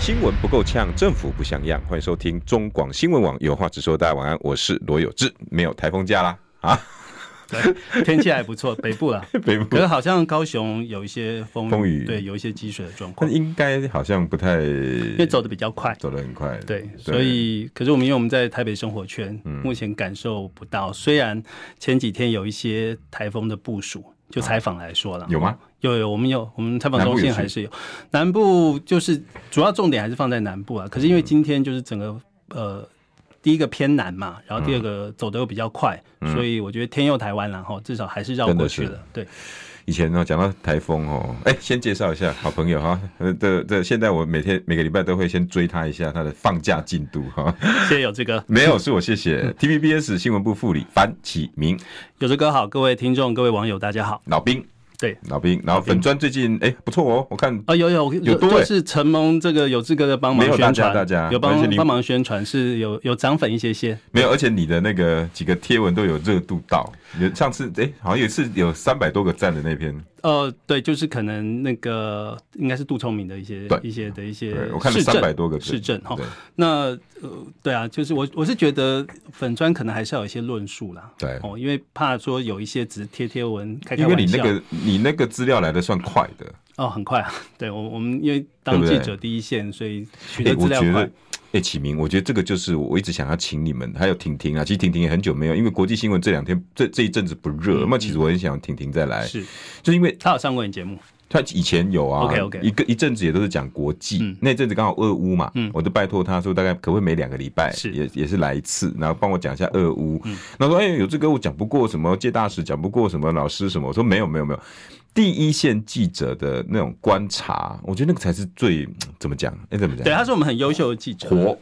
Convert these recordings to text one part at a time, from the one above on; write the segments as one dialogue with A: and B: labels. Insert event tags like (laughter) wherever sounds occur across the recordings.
A: 新闻不够呛，政府不像样。欢迎收听中广新闻网，有话直说。大家晚安，我是罗有志。没有台风假啦啊！
B: 对，天气还不错，北部啦，
A: 北部
B: 可是好像高雄有一些风
A: 风雨
B: 对，有一些积水的状
A: 但
B: 况，因
A: 应该好像不太，因
B: 为走的比较快，
A: 走得很快，
B: 对，所以可是我们因为我们在台北生活圈，
A: 嗯
B: 目前感受不到。虽然前几天有一些台风的部署，就采访来说了，
A: 有吗？
B: 有有，我们有，我们采访
A: 南部
B: 中
A: 也
B: 心
A: 是
B: 还是有。南部就是主要重点还是放在南部啊，可是因为今天就是整个呃。第一个偏南嘛，然后第二
A: 嗯
B: 个走的又比较快，所以我觉得天佑台湾啦，然后至少还是绕
A: 真的
B: 过去
A: 是
B: 了。对，
A: 以前呢，讲到台风哦，哎、先介绍一下好朋友哈，呃，这这现在我每天每个礼拜都会先追他一下他的放假进度哈， (laughs)
B: 谢谢有这个
A: 没有是我谢谢
B: (laughs)
A: TVBS 新闻部副理樊启明
B: 有志哥好，各位听众、各位网友，大家好。
A: 老兵，
B: 对，
A: 老兵，然后粉砖最近哎、不错哦，我看
B: 啊、有有
A: 有多欸
B: 就是承蒙这个有志哥的帮忙
A: 没有大
B: 宣
A: 家
B: 传，
A: 大家
B: 有
A: 而且
B: 帮
A: 你
B: 帮忙宣传，是有有涨粉一些些，
A: 没有，而且你的那个几个贴文都有热度到，有上次哎、好像也是有三百多个赞的那篇，
B: 呃，对，就是可能那个应该是杜聪明的一些
A: 对
B: 一些的一些
A: 对我看了
B: 市政
A: 300多个
B: 市政哦哈
A: 对。
B: 那呃，对啊，就是我我是觉得粉砖可能还是要有一些论述啦，
A: 对
B: 哦，因为怕说有一些只是贴贴文开开
A: 因为你
B: 玩
A: 那
B: 笑，
A: 个你那个资料来的算快的，
B: 哦，很快啊，对我我们因为
A: 对
B: 当
A: 不对
B: 记者第一线，所以取
A: 哎，
B: 得资料
A: 我觉
B: 快
A: 得，，哎、启明，我觉得这个就是我一直想要请你们，还有婷婷啊，其实婷婷也很久没有，因为国际新闻这两天这这一阵子不热，那、其实我很想婷婷再来，
B: 嗯是
A: 就是因为
B: 他有上过你节目，
A: 她以前有啊
B: OK，OK
A: 一个一阵子也都是讲国际，
B: 嗯
A: 那阵子刚好俄乌嘛，我就拜托她说大概可不可以每两个礼拜
B: 是嗯
A: 也也是来一次，然后帮我讲一下俄乌，然后说哎、有这个我讲不过什么介大使，讲不过什么老师什么，我说没有没有没有。第一线记者的那种观察，我觉得那个才是最怎么讲？哎、怎么讲？
B: 对，他是我们很优秀的记者，
A: 活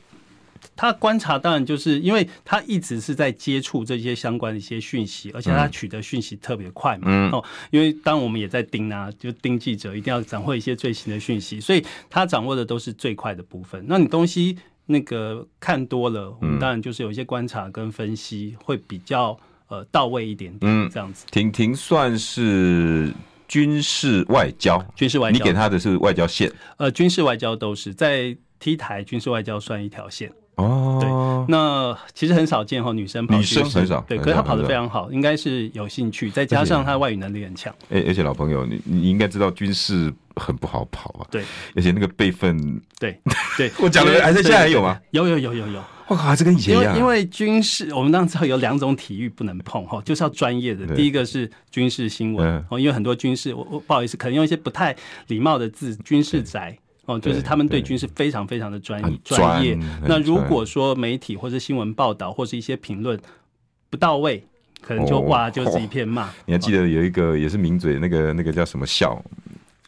B: 他观察当然就是因为他一直是在接触这些相关的一些讯息，而且
A: 嗯
B: 他取得讯息特别快嘛。哦，因为当我们也在盯啊，就盯记者一定要掌握一些最新的讯息，所以他掌握的都是最快的部分。那你东西那个看多了，
A: 嗯
B: 我们当然就是有一些观察跟分析会比较呃到位一点点，
A: 嗯
B: 这样子。
A: 婷婷算是军事外交，
B: 军事外
A: 你
B: 交
A: 给，她的是外交线
B: 呃，军事外交都是在 T 台军事外交算一条线。
A: 哦。
B: 那其实很少见哈，女生跑
A: 女
B: 去是
A: 生很少
B: 对，
A: 很
B: 可是她
A: 少
B: 跑
A: 很
B: 得
A: 少
B: 非常好，应该是有兴趣，再加上她外语能力很强，
A: 对，哎、而且老朋友，你你应该知道军事很不好跑啊。
B: 对
A: 而且那个备份，
B: 对对。
A: (laughs) 我讲
B: 因为
A: 的还是现在还有吗？？
B: 对对有有有有有，
A: 哇靠，这跟以前一
B: 因为
A: 样啊、
B: 因为军事，我们当然知道有两种体育不能碰哈，就是要专业的。
A: 对
B: 第一个是军事新闻
A: 嗯
B: 哦，因为很多军事，我我不好意思，可能用一些不太礼貌的字，军事宅。哦，就是他们对
A: 对
B: 军事非常非常的专
A: 很
B: 业专业
A: 专。很
B: 那如
A: 专
B: 果说媒体或是新闻报道或是一些评论不到位，可能就
A: 哦
B: 哇就是一片骂。哦
A: 你还记得有一个也是名嘴，那个那个叫什么笑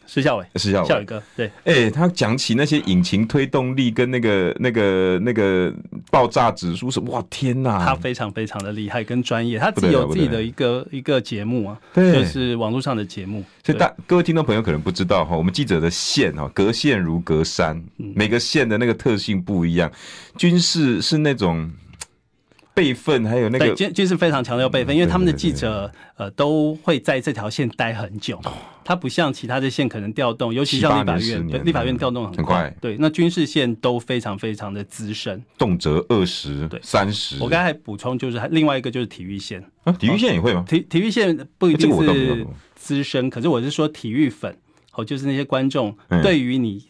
B: 施孝伟，
A: 是笑
B: 孝伟哥，对，
A: 哎、他讲起那些引擎推动力跟那个那个那个爆炸指数是哇天呐、
B: 他非常非常的厉害跟专业，他
A: 啊不
B: 自
A: 得
B: 己
A: 了
B: 有自己
A: 不得了
B: 的一个一个节目啊，
A: 对
B: 就是网络上的节目，
A: 所以
B: 对
A: 大各位听众朋友可能不知道哈，我们记者的线哈，隔线如隔山，
B: 嗯
A: 每个线的那个特性不一样。军事是那种备份，还有那
B: 对
A: 个
B: 军军事非常强调备份，因为
A: 对
B: 他们的
A: 对对
B: 记者呃都会在这条线待很久，他不像其他的线可能调动，尤其像立
A: 七八
B: 法
A: 年十
B: 院，对
A: 年
B: 立法院调动
A: 很
B: 很
A: 快
B: 快，对，那军事线都非常非常的资深。
A: 动辄二十、
B: 对
A: 三十。
B: 我刚才还补充就是还另外一个就是体育线，
A: 啊，体育线也会吗？
B: 体体育线不一
A: 这个
B: 定
A: 我倒没有
B: 是资深，可是我是说体育粉，哦，就是那些观众
A: 嗯
B: 对于你。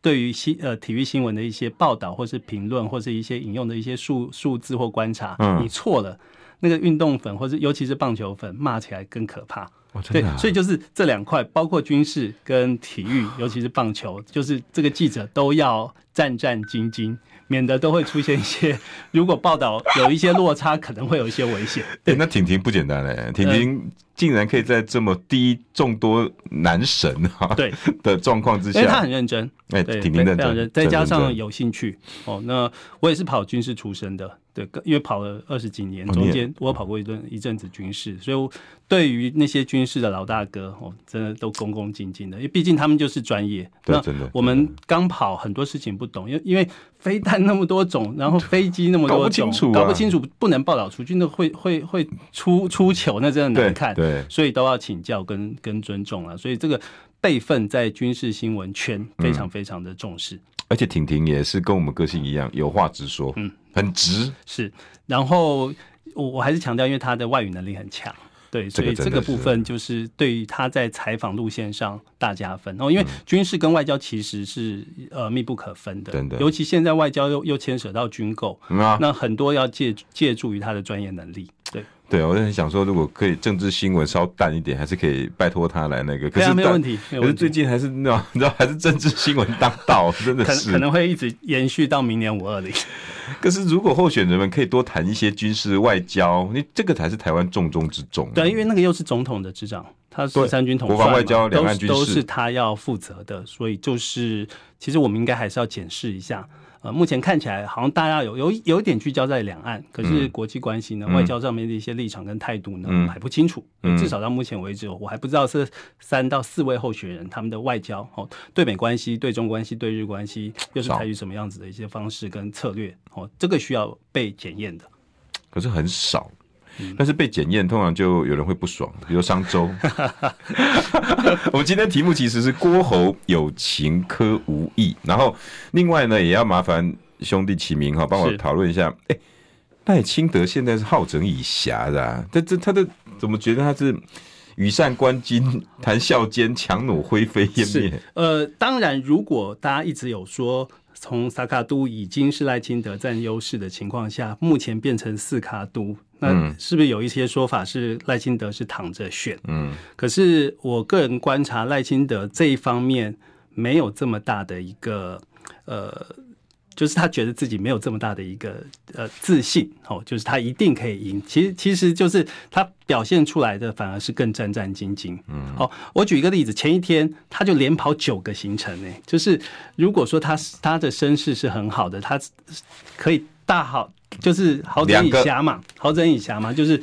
B: 对于新呃体育新闻的一些报道，或是评论，或是一些引用的一些数数字或观察，
A: 嗯
B: 你错了，那个运动粉，或是尤其是棒球粉，骂起来更可怕。
A: 哦，真
B: 对
A: 的、啊，。
B: 所以就是这两块，包括军事跟体育，尤其是棒球，就是这个记者都要战战兢兢，免得都会出现一些，如果报道有一些落差，可能会有一些危险。呃
A: 哎、那婷婷不简单嘞、婷婷竟然可以在这么低众多男神啊
B: 对
A: (laughs) 的状况之
B: 因为他
A: 下
B: 很，认真，
A: 哎
B: 对，
A: 挺挺认
B: 非常
A: 真，
B: 再加
A: 真
B: 上
A: 认真
B: 有兴趣哦。那我也是跑军事出身的，对，跟因为跑了二十几年，
A: 哦你
B: 中
A: 也
B: 间我有跑过一段一阵子军事，所以我对于那些军事的老大哥哦，真的都恭恭敬敬的，因为毕竟他们就是专业。
A: 对
B: 那
A: 真的
B: 我们刚跑很多事情不懂，因为因为飞弹那么多种，然后飞机那么
A: 搞
B: 多
A: 不清
B: 种，
A: 楚啊
B: 搞不清楚，不能报道出去，那会会会出出糗，那真的
A: 对
B: 难看。
A: 对，
B: 所以都要请教跟跟尊重了。所以这个辈分在军事新闻圈
A: 嗯
B: 非常非常的重视。
A: 而且婷婷也是跟我们个性一样，有话直说，嗯，很直，
B: 是，然后我我还是强调，因为他的外语能力很强。对，
A: 这
B: 所
A: 个
B: 以
A: 真的
B: 这个
A: 是
B: 部分就是对于他在采访路线上大加分。然后，
A: 嗯
B: 因为军事跟外交其实是呃密不可分的，
A: 真的
B: 尤其现在外交又又牵扯到军购，
A: 嗯啊，
B: 那很多要借借助于他的专业能力。对，
A: 对，我就很想说，如果可以政治新闻稍淡一点，还是可以拜托他来那个。可
B: 对
A: 是
B: 啊，没有
A: 但
B: 问。题，没有
A: 可是
B: 问
A: 最
B: 题。
A: 近还是那种，你知道， (laughs) 还是政治新闻当道，真的
B: 可能
A: 是。
B: 可能会一直延续到明年五二零。
A: 可是如果候选人们可以多谈一些军事外交，你这个才是台湾重中之重。啊
B: 对，因啊为那个又是总统的执掌，他
A: 对
B: 是三军统
A: 国
B: 帅嘛，
A: 防外交两
B: 都
A: 岸
B: 是
A: 军
B: 都
A: 事
B: 是他要负责的，所以就是其实我们应该还是要检视一下。呃，目前看起来好像大家有有有一点聚焦在两岸，可是国际关系呢，
A: 嗯
B: 外交上面的一些立场跟态度呢，
A: 嗯
B: 还不清楚。
A: 嗯
B: 至少到目前为止，我还不知道是三到四位候选人他们的外交哦，对美关系、对中关系、对日关系，又是
A: 少
B: 采取什么样子的一些方式跟策略哦，这个需要被检验的。
A: 可是很少。但是被检验，通常就有人会不爽，比如商
B: (laughs)
A: 周。我们今天题目其实是郭侯有情科无义，然后另外呢，也要麻烦兄弟齐明哈，帮我
B: 是
A: 讨论一下。哎、赖清德现在是好整以暇的、啊，但这他的怎么觉得他是羽扇纶巾、谈笑间，强弩灰飞烟
B: 是
A: 灭？
B: 呃，当然，如果大家一直有说从萨卡都已经是赖清德占优势的情况下，目前变成四卡都，那是不是有一些说法是赖清德是躺着选？
A: 嗯，
B: 可是我个人观察，赖清德这一方面没有这么大的一个呃。就是他觉得自己没有这么大的一个呃自信哦，就是他一定可以赢。其实其实就是他表现出来的反而是更战战兢兢。嗯，哦，我举一个例子，前一天他就连跑九个行程呢，就是如果说他他的身世是很好的，他可以大好就是好整以
A: 两个
B: 暇嘛，好整以暇嘛，就是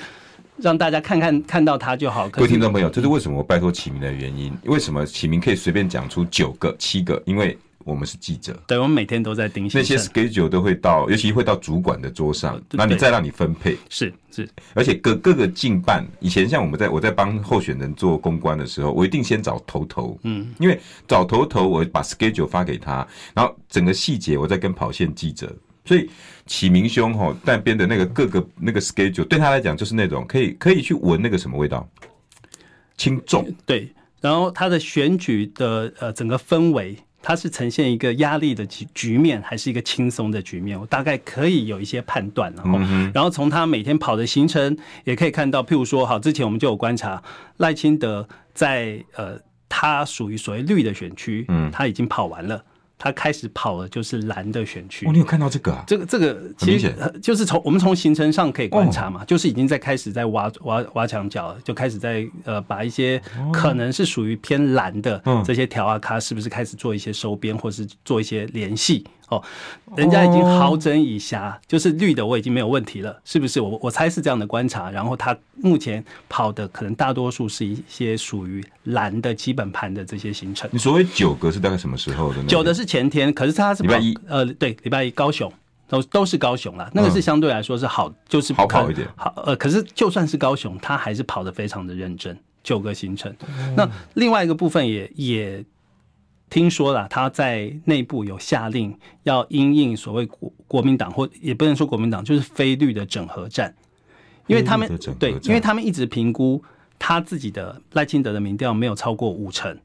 B: 让大家看看看到他就好。
A: 各
B: 可
A: 位
B: 是嗯
A: 听众朋友，这是为什么我拜托启明的原因？为什么启明可以随便讲出九个、七个？因为我们是记者。
B: 对，我们每天都在盯
A: 那
B: 行
A: 些
B: 程，
A: schedule 都会到，尤其会到主管的桌上
B: 呃，对
A: 那你
B: 对
A: 再让你分配，
B: 是是
A: 而且各各个竞办，以前像我们在我在帮候选人做公关的时候，我一定先找头头，嗯，因为找头头，我把 schedule 发给他，然后整个细节我再跟跑线记者。所以启明兄吼那边的那个各个那个 schedule 对他来讲就是那种可以可以去闻那个什么味道，轻重
B: 对。然后他的选举的呃整个氛围，它是呈现一个压力的局局面，还是一个轻松的局面？我大概可以有一些判断，然后、然后从他每天跑的行程也可以看到，譬如说，好，之前我们就有观察赖清德在呃他属于所谓绿的选区，嗯，他已经跑完了，他开始跑的就是蓝的选区
A: 哦，。你有看到这个啊？
B: 这个这个其
A: 明
B: 实
A: 显哦
B: 呃就是从我们从行程上可以观察嘛，就是已经在开始在挖挖挖墙角了，就开始在呃把一些可能是属于偏蓝的
A: 哦嗯
B: 这些条啊咖，是不是开始做一些收编，或是做一些联系哦？人家已经
A: 哦
B: 好整以暇，就是绿的我已经没有问题了，是不是？我我猜是这样的观察，然后他目前跑的可能大多数是一些属于蓝的基本盘的这些行程。
A: 你所谓九个是大概什么时候的呢？
B: 九的是前天，可是他是
A: 礼拜
B: 跑
A: 一，嗯
B: 呃，对，礼拜一高雄。都都是高雄啦，那个是相对来说是好，就是
A: 好跑
B: 可
A: 一点
B: 好呃，可是就算是高雄，他还是跑得非常的认真，九个行程。
A: 嗯
B: 那另外一个部分也也听说了，他在内部有下令要因应所谓国国民党或也不能说国民党，就是非绿的整合战，因为他们
A: 非绿的整合
B: 对
A: 战，
B: 因为他们一直评估他自己的赖清德的民调没有超过五成，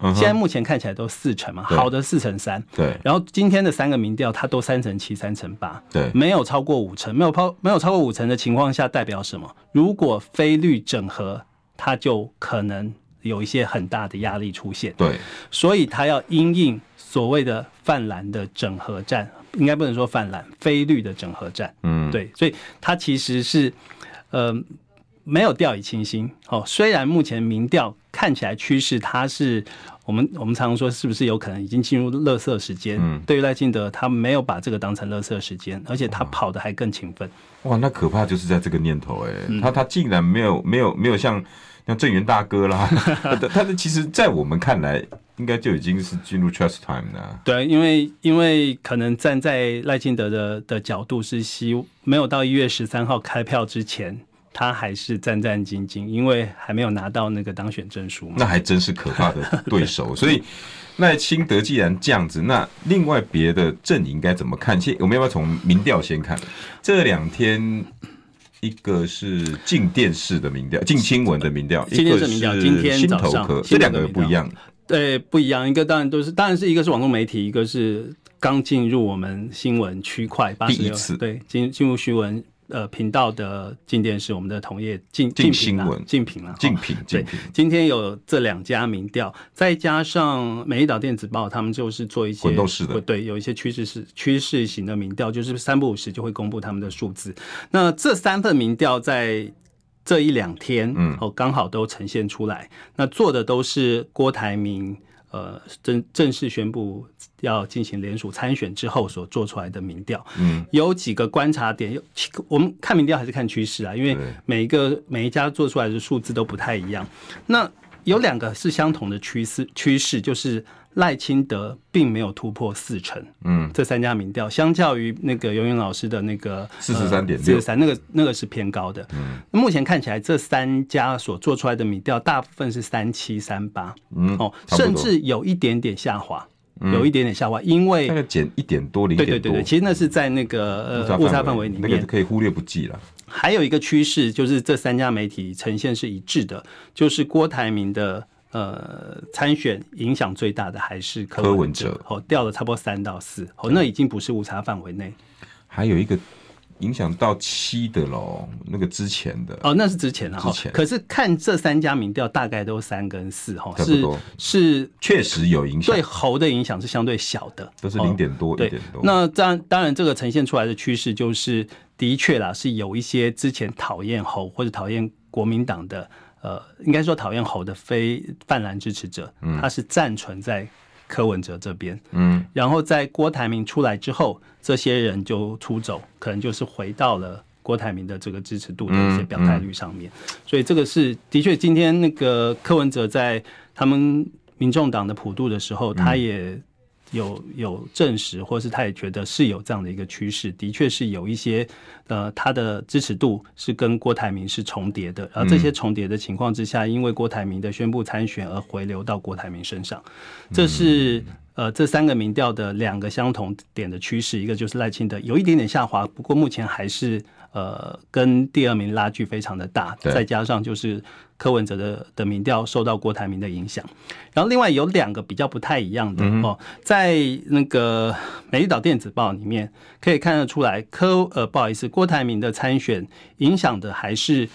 A: 嗯
B: 现在
A: 哼，
B: 目前看起来都四成嘛，
A: 对
B: 好的四成三。
A: 对
B: 然后今天的三个民调，它都三成七、三成八，
A: 对，
B: 没有超过五成，没有超没有超过五成的情况下，代表什么？如果非律整合，它就可能有一些很大的压力出现，
A: 对，
B: 所以它要因应所谓的泛蓝的整合战，应该不能说泛蓝，非律的整合战。
A: 嗯，
B: 对，所以它其实是，呃，没有掉以轻心哦。虽然目前民调看起来趋势它是。我们我们常常说，是不是有可能已经进入垃圾时间？
A: 嗯
B: 对于赖清德，他没有把这个当成垃圾时间，而且他
A: 哦
B: 跑得还更勤奋。
A: 哇，那可怕就是在这个念头哎、
B: 嗯
A: 他他竟然没有没有没有像像郑源大哥
B: (laughs)
A: 啦，他的他的其实，在我们看来，应该就已经是进入 trust time 了啊。
B: 对，因为因为可能站在赖清德的的角度是希没有到一月十三号开票之前，他还是战战兢兢，因为还没有拿到那个当选证书嘛。
A: 那还真是可怕的对
B: (laughs)
A: 手。所以赖清德既然这样子，那另外别的阵营该怎么看？先我们要不要从民调先看？这两天。一个是静电视的民调，静新闻的民调，
B: 静
A: 一
B: 电
A: 个
B: 视
A: 是
B: 民调今天
A: 新
B: 早
A: 头
B: 上
A: 壳，这
B: 新
A: 两
B: 头
A: 个
B: 壳
A: 不一
B: 民调
A: 样。
B: 对，不一样，一个当然都是，当然是一个是网络媒体，一个是刚进入我们新闻区块八十
A: 第一
B: 六
A: 次，
B: 对，进进入新闻呃频道的进电视，我们的同业进
A: 进
B: 评啦
A: 新闻
B: 进评了，
A: 竞
B: 哦
A: 品，竞
B: 对
A: 品，
B: 今天有这两家民调，再加上美丽岛电子报，他们就是做一些
A: 滚动式的
B: 对，有一些趋势是趋势型的民调，就是三不五时就会公布他们的数字。那这三份民调在这一两天，
A: 嗯
B: 哦，刚好都呈现出来。那做的都是郭台铭。呃，正正式宣布要进行联署参选之后所做出来的民调，
A: 嗯，
B: 有几个观察点，有其我们看民调还是看趋势啊，因为
A: 对
B: 每一个每一家做出来的数字都不太一样。那有两个是相同的趋势，趋势就是赖清德并没有突破四成。
A: 嗯，
B: 这三家民调，相较于那个游泳老师的那个呃
A: 43.6
B: 四十三，那个那个是偏高的。嗯，目前看起来这三家所做出来的民调，大部分是三七三八，
A: 嗯
B: 哦，
A: 差不多嗯
B: 甚至有一点点下滑，有一点点下滑，因为
A: 大概减一点多，零
B: 对
A: 点
B: 对
A: 多，
B: 对对，其实那是在那个呃误差范围里
A: 那个
B: 面。
A: 可以忽略不计了。
B: 还有一个趋势就是这三家媒体呈现是一致的，就是郭台铭的呃参选影响最大的还是柯
A: 柯
B: 文
A: 文
B: 哲，
A: 哲
B: 哦掉了差不多三到四，哦那已经不是误差范围内
A: 还有一个影响到七的喽，那个之前的，
B: 哦，那是之前了哈
A: 之前。
B: 可是看这三家民调大概都三跟四哈，
A: 差不
B: 是
A: 多
B: 是
A: 确实有影响
B: 对，猴的影响是相对小的，
A: 都是
B: 哦
A: 零点多一
B: 对
A: 点，多。
B: 那当然当然，这个呈现出来的趋势就是，的确啦，是有一些之前讨厌侯或者讨厌国民党的，呃，应该说讨厌侯的非泛蓝支持者，他是暂存在柯文哲这边。
A: 嗯，
B: 然后在郭台铭出来之后，这些人就出走，可能就是回到了。郭台铭的这个支持度的一些表态率上面，所以这个是的确，今天那个柯文哲在他们民众党的普渡的时候，他也有有证实，或是他也觉得是有这样的一个趋势，的确是有一些呃，他的支持度是跟郭台铭是重叠的，而这些重叠的情况之下，因为郭台铭的宣布参选而回流到郭台铭身上，这是。呃，这三个民调的两个相同点的趋势，一个就是赖清德有一点点下滑，不过目前还是呃跟第二名拉距非常的大，
A: 对
B: 再加上就是柯文哲的的民调受到郭台铭的影响，然后另外有两个比较不太一样的、哦，在那个《美丽岛电子报》里面可以看得出来，柯呃不好意思，郭台铭的参选影响的还是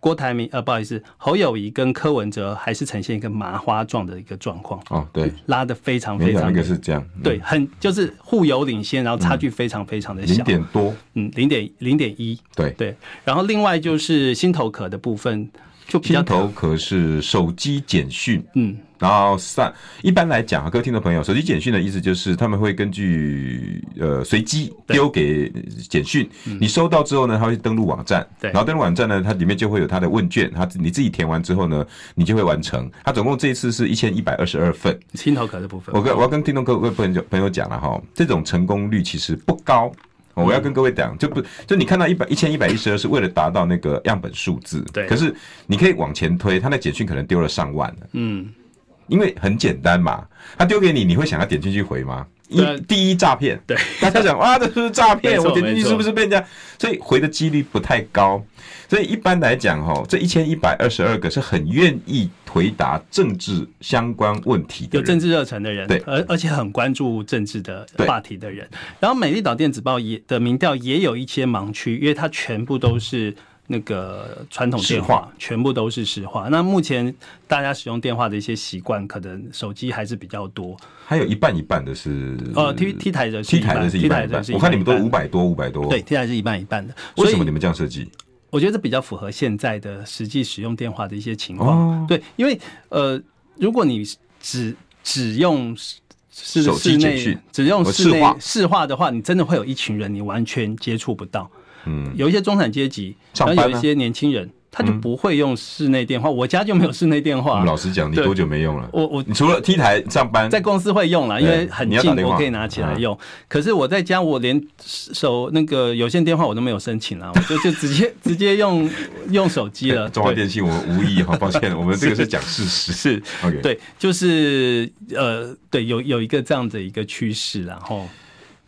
B: 郭台铭呃不好意思，侯友谊跟柯文哲还是呈现一个麻花状的一个状况，
A: 哦，对，
B: 拉的非常
A: 没
B: 非
A: 想到
B: 常
A: 那
B: 的
A: 个是这嗯样，
B: 对，很就是互有领先，然后差距非常非常的
A: 零
B: 小，
A: 点多，
B: 嗯零点零点一
A: 对。
B: 对，然后另外就是心头壳的部分就比较
A: 心头壳是手机简讯，
B: 嗯
A: 然后散。一般来讲啊，各位听众朋友，手机简讯的意思就是他们会根据呃随机
B: 对嗯
A: 丢给简讯，你收到之后呢，他会登录网站，
B: 对
A: 然后登录网站呢，它里面就会有他的问卷，他你自己填完之后呢，你就会完成。他总共这一次是一千一百二十二份，
B: 心头壳的部分，
A: 我跟我要跟听众各位朋友朋友讲了哈，这种成功率其实不高。
B: 嗯
A: 哦我要跟各位讲，就不就你看到一百一千一百一十二是为了达到那个样本数字，
B: 对
A: 可是你可以往前推，他那简讯可能丢了上万了，
B: 嗯。
A: 因为很简单嘛，他丢给你，你会想要点进去回吗？一
B: 对
A: 第一诈骗，
B: 对，
A: 大家想哇，这是不是诈
B: 没
A: 骗？
B: 错
A: 我点进去
B: 没错
A: 是不是被人家？所以回的几率不太高。所以一般来讲，哈，这一千一百二十二个是很愿意回答政治相关问题的
B: 有
A: 人，
B: 政治热忱的人，
A: 对
B: 而而且很关注政治的
A: 对
B: 话题的人。然后《美丽岛电子报》也的民调也有一些盲区，因为它全部都是那个传统电
A: 实
B: 话
A: 话，
B: 全部都是实话。那目前大家使用电话的一些习惯，可能手机还是比较多。
A: 还有一半一半的是
B: 呃，T T 台的是
A: T
B: 一半
A: 台的是一半一
B: ，T 台
A: 半
B: 的是，
A: 我看你们都
B: 一半
A: 五，百多五百多，
B: 对，，T 台是一半一半的。
A: 为
B: 所以
A: 什么你们这样设计？
B: 我觉得这比较符合现在的实际使用电话的一些情况。
A: 哦
B: 对，因为呃，如果你只只用室
A: 手机
B: 室
A: 简
B: 内
A: 讯
B: 只用
A: 我
B: 室
A: 市
B: 内
A: 话
B: 市话的话，你真的会有一群人你完全接触不到。
A: 嗯，
B: 有一些中产阶级，
A: 上
B: 然
A: 班
B: 后
A: 啊嗯
B: 有一些年轻人，他就不会用室内电话。我家就没有室内电
A: 我
B: 话
A: 们，老实讲，你
B: 啊对
A: 多久没用了？
B: 我我
A: 你除了 T 台上班，
B: 在公司会用啦，因为
A: 对
B: 很
A: 你要打
B: 近，
A: 电话啊
B: 我可以拿起来用。可是我在家，我连手那个有线电话我都没有申请啦，我就就直接直接用用手机
A: (laughs)
B: 了。
A: 哎中华
B: 对
A: 电信，我们无意哈，抱
B: (laughs)
A: 歉，我们这个是讲事实。
B: 是
A: OK，，
B: 对，就是呃，对，有有一个这样的一个趋势啦，然后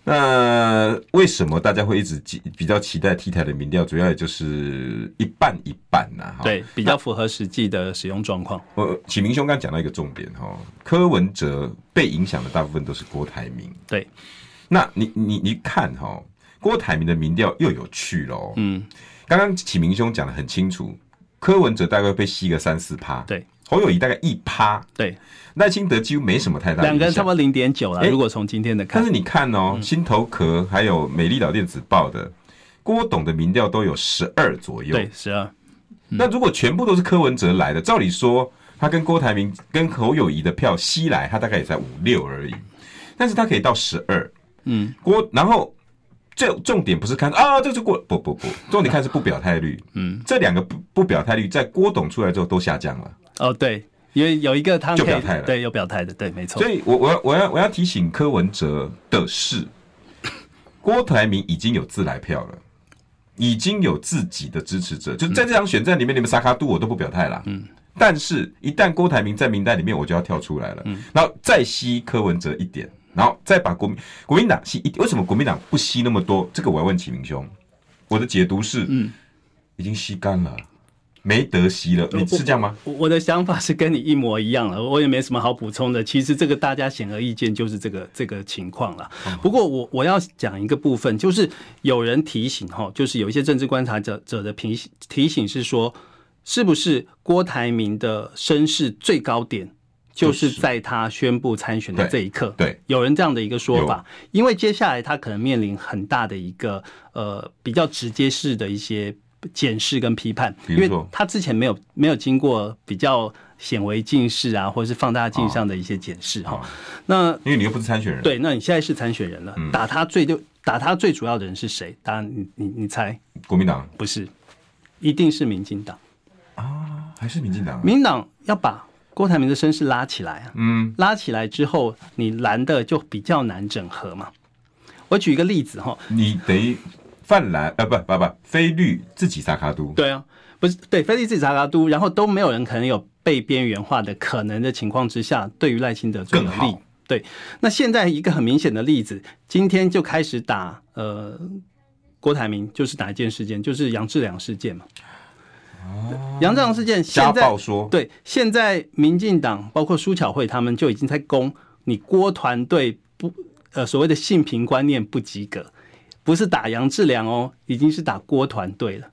A: 那为什么大家会一直期比较期待 T 台的民调？主要也就是一半一半呐、哈。
B: 对比较符合实际的使用状况。
A: 我启明兄刚讲到一个重点哈，柯文哲被影响的大部分都是郭台铭。
B: 对，
A: 那你你你看哈，郭台铭的民调又有趣喽。
B: 嗯，
A: 刚刚启明兄讲的很清楚，柯文哲大概被吸个三四趴，
B: 对，
A: 侯友谊大概一趴，
B: 对，
A: 赖清德几乎没什么太大
B: 两个人差不
A: 多。
B: 多嗯零点九啦。
A: 诶
B: 如果从今天的
A: 但
B: 看
A: 是，你看哦，新头壳还有美丽岛电子报的郭董的民调都有十二左右，
B: 对，十二，
A: 那如果全部都是柯文哲来的，照理说他跟郭台铭、跟侯友谊的票吸来，他大概也才五六而已，但是他可以到十二。
B: 嗯，
A: 郭，然后这重点不是看啊，这就郭不不不，重点看是不表态率。嗯，这两个不不表态率在郭董出来之后都下降了，
B: 哦，对，因为有一个他们
A: 就
B: 可以
A: 表态了
B: 对，有表态的，对，没错
A: 所，以我我要我要我要提醒柯文哲的 (laughs) 是，郭台铭已经有自来票了。已经有自己的支持者，就在这场选战里面，你们萨卡杜我都不表态啦。嗯，但是，一旦郭台铭在名单里面，我就要跳出来了。嗯，然后再吸柯文哲一点，然后再把国民国民党吸一点。为什么国民党不吸那么多？这个我要问启明兄。我的解读是，嗯，已经吸干了，没得吸了。你是这样吗？
B: 我我的想法是跟你一模一样了，我也没什么好补充的。其实这个大家显而易见就是这个这个情况了。
A: 哦
B: 不过我我要讲一个部分，就是有人提醒哈，就是有一些政治观察者者的提醒提醒是说，是不是郭台铭的身世最高点就是在他宣布参选的
A: 对
B: 这一刻？
A: 对，
B: 有人这样的一个说法，因为接下来他可能面临很大的一个呃比较直接式的一些检视跟批判，
A: 比
B: 因
A: 如
B: 为
A: 说
B: 他之前没有没有经过比较显微镜式啊，或者是放大镜上的一些检视哈
A: 哦。
B: 那
A: 因为你又不是参选人。，
B: 对，那你现在是参选人了，打他最就打他最主要的人是谁？答案你你你猜
A: 国民党
B: 不是，一定是民进党。
A: 啊，还是民进党啊？
B: 民进党要把郭台铭的身世拉起来啊，
A: 嗯，
B: 拉起来之后，你蓝的就比较难整合嘛。我举一个例子哈，
A: 你等于泛蓝呃不不不非绿自己萨卡都，
B: 对啊，不是对菲利自己查拉都，然后都没有人可能有被边缘化的可能的情况之下，对于赖清德最有
A: 更
B: 利
A: 好。
B: 对，那现在一个很明显的例子，今天就开始打呃郭台铭，就是哪一件事件？就是杨志良事件嘛。杨志良事件
A: 哦家
B: 现在
A: 暴说
B: 对，现在民进党包括苏巧慧他们就已经在攻你郭团队不呃所谓的性平观念不及格，不是打杨志良哦，已经是打郭团队了。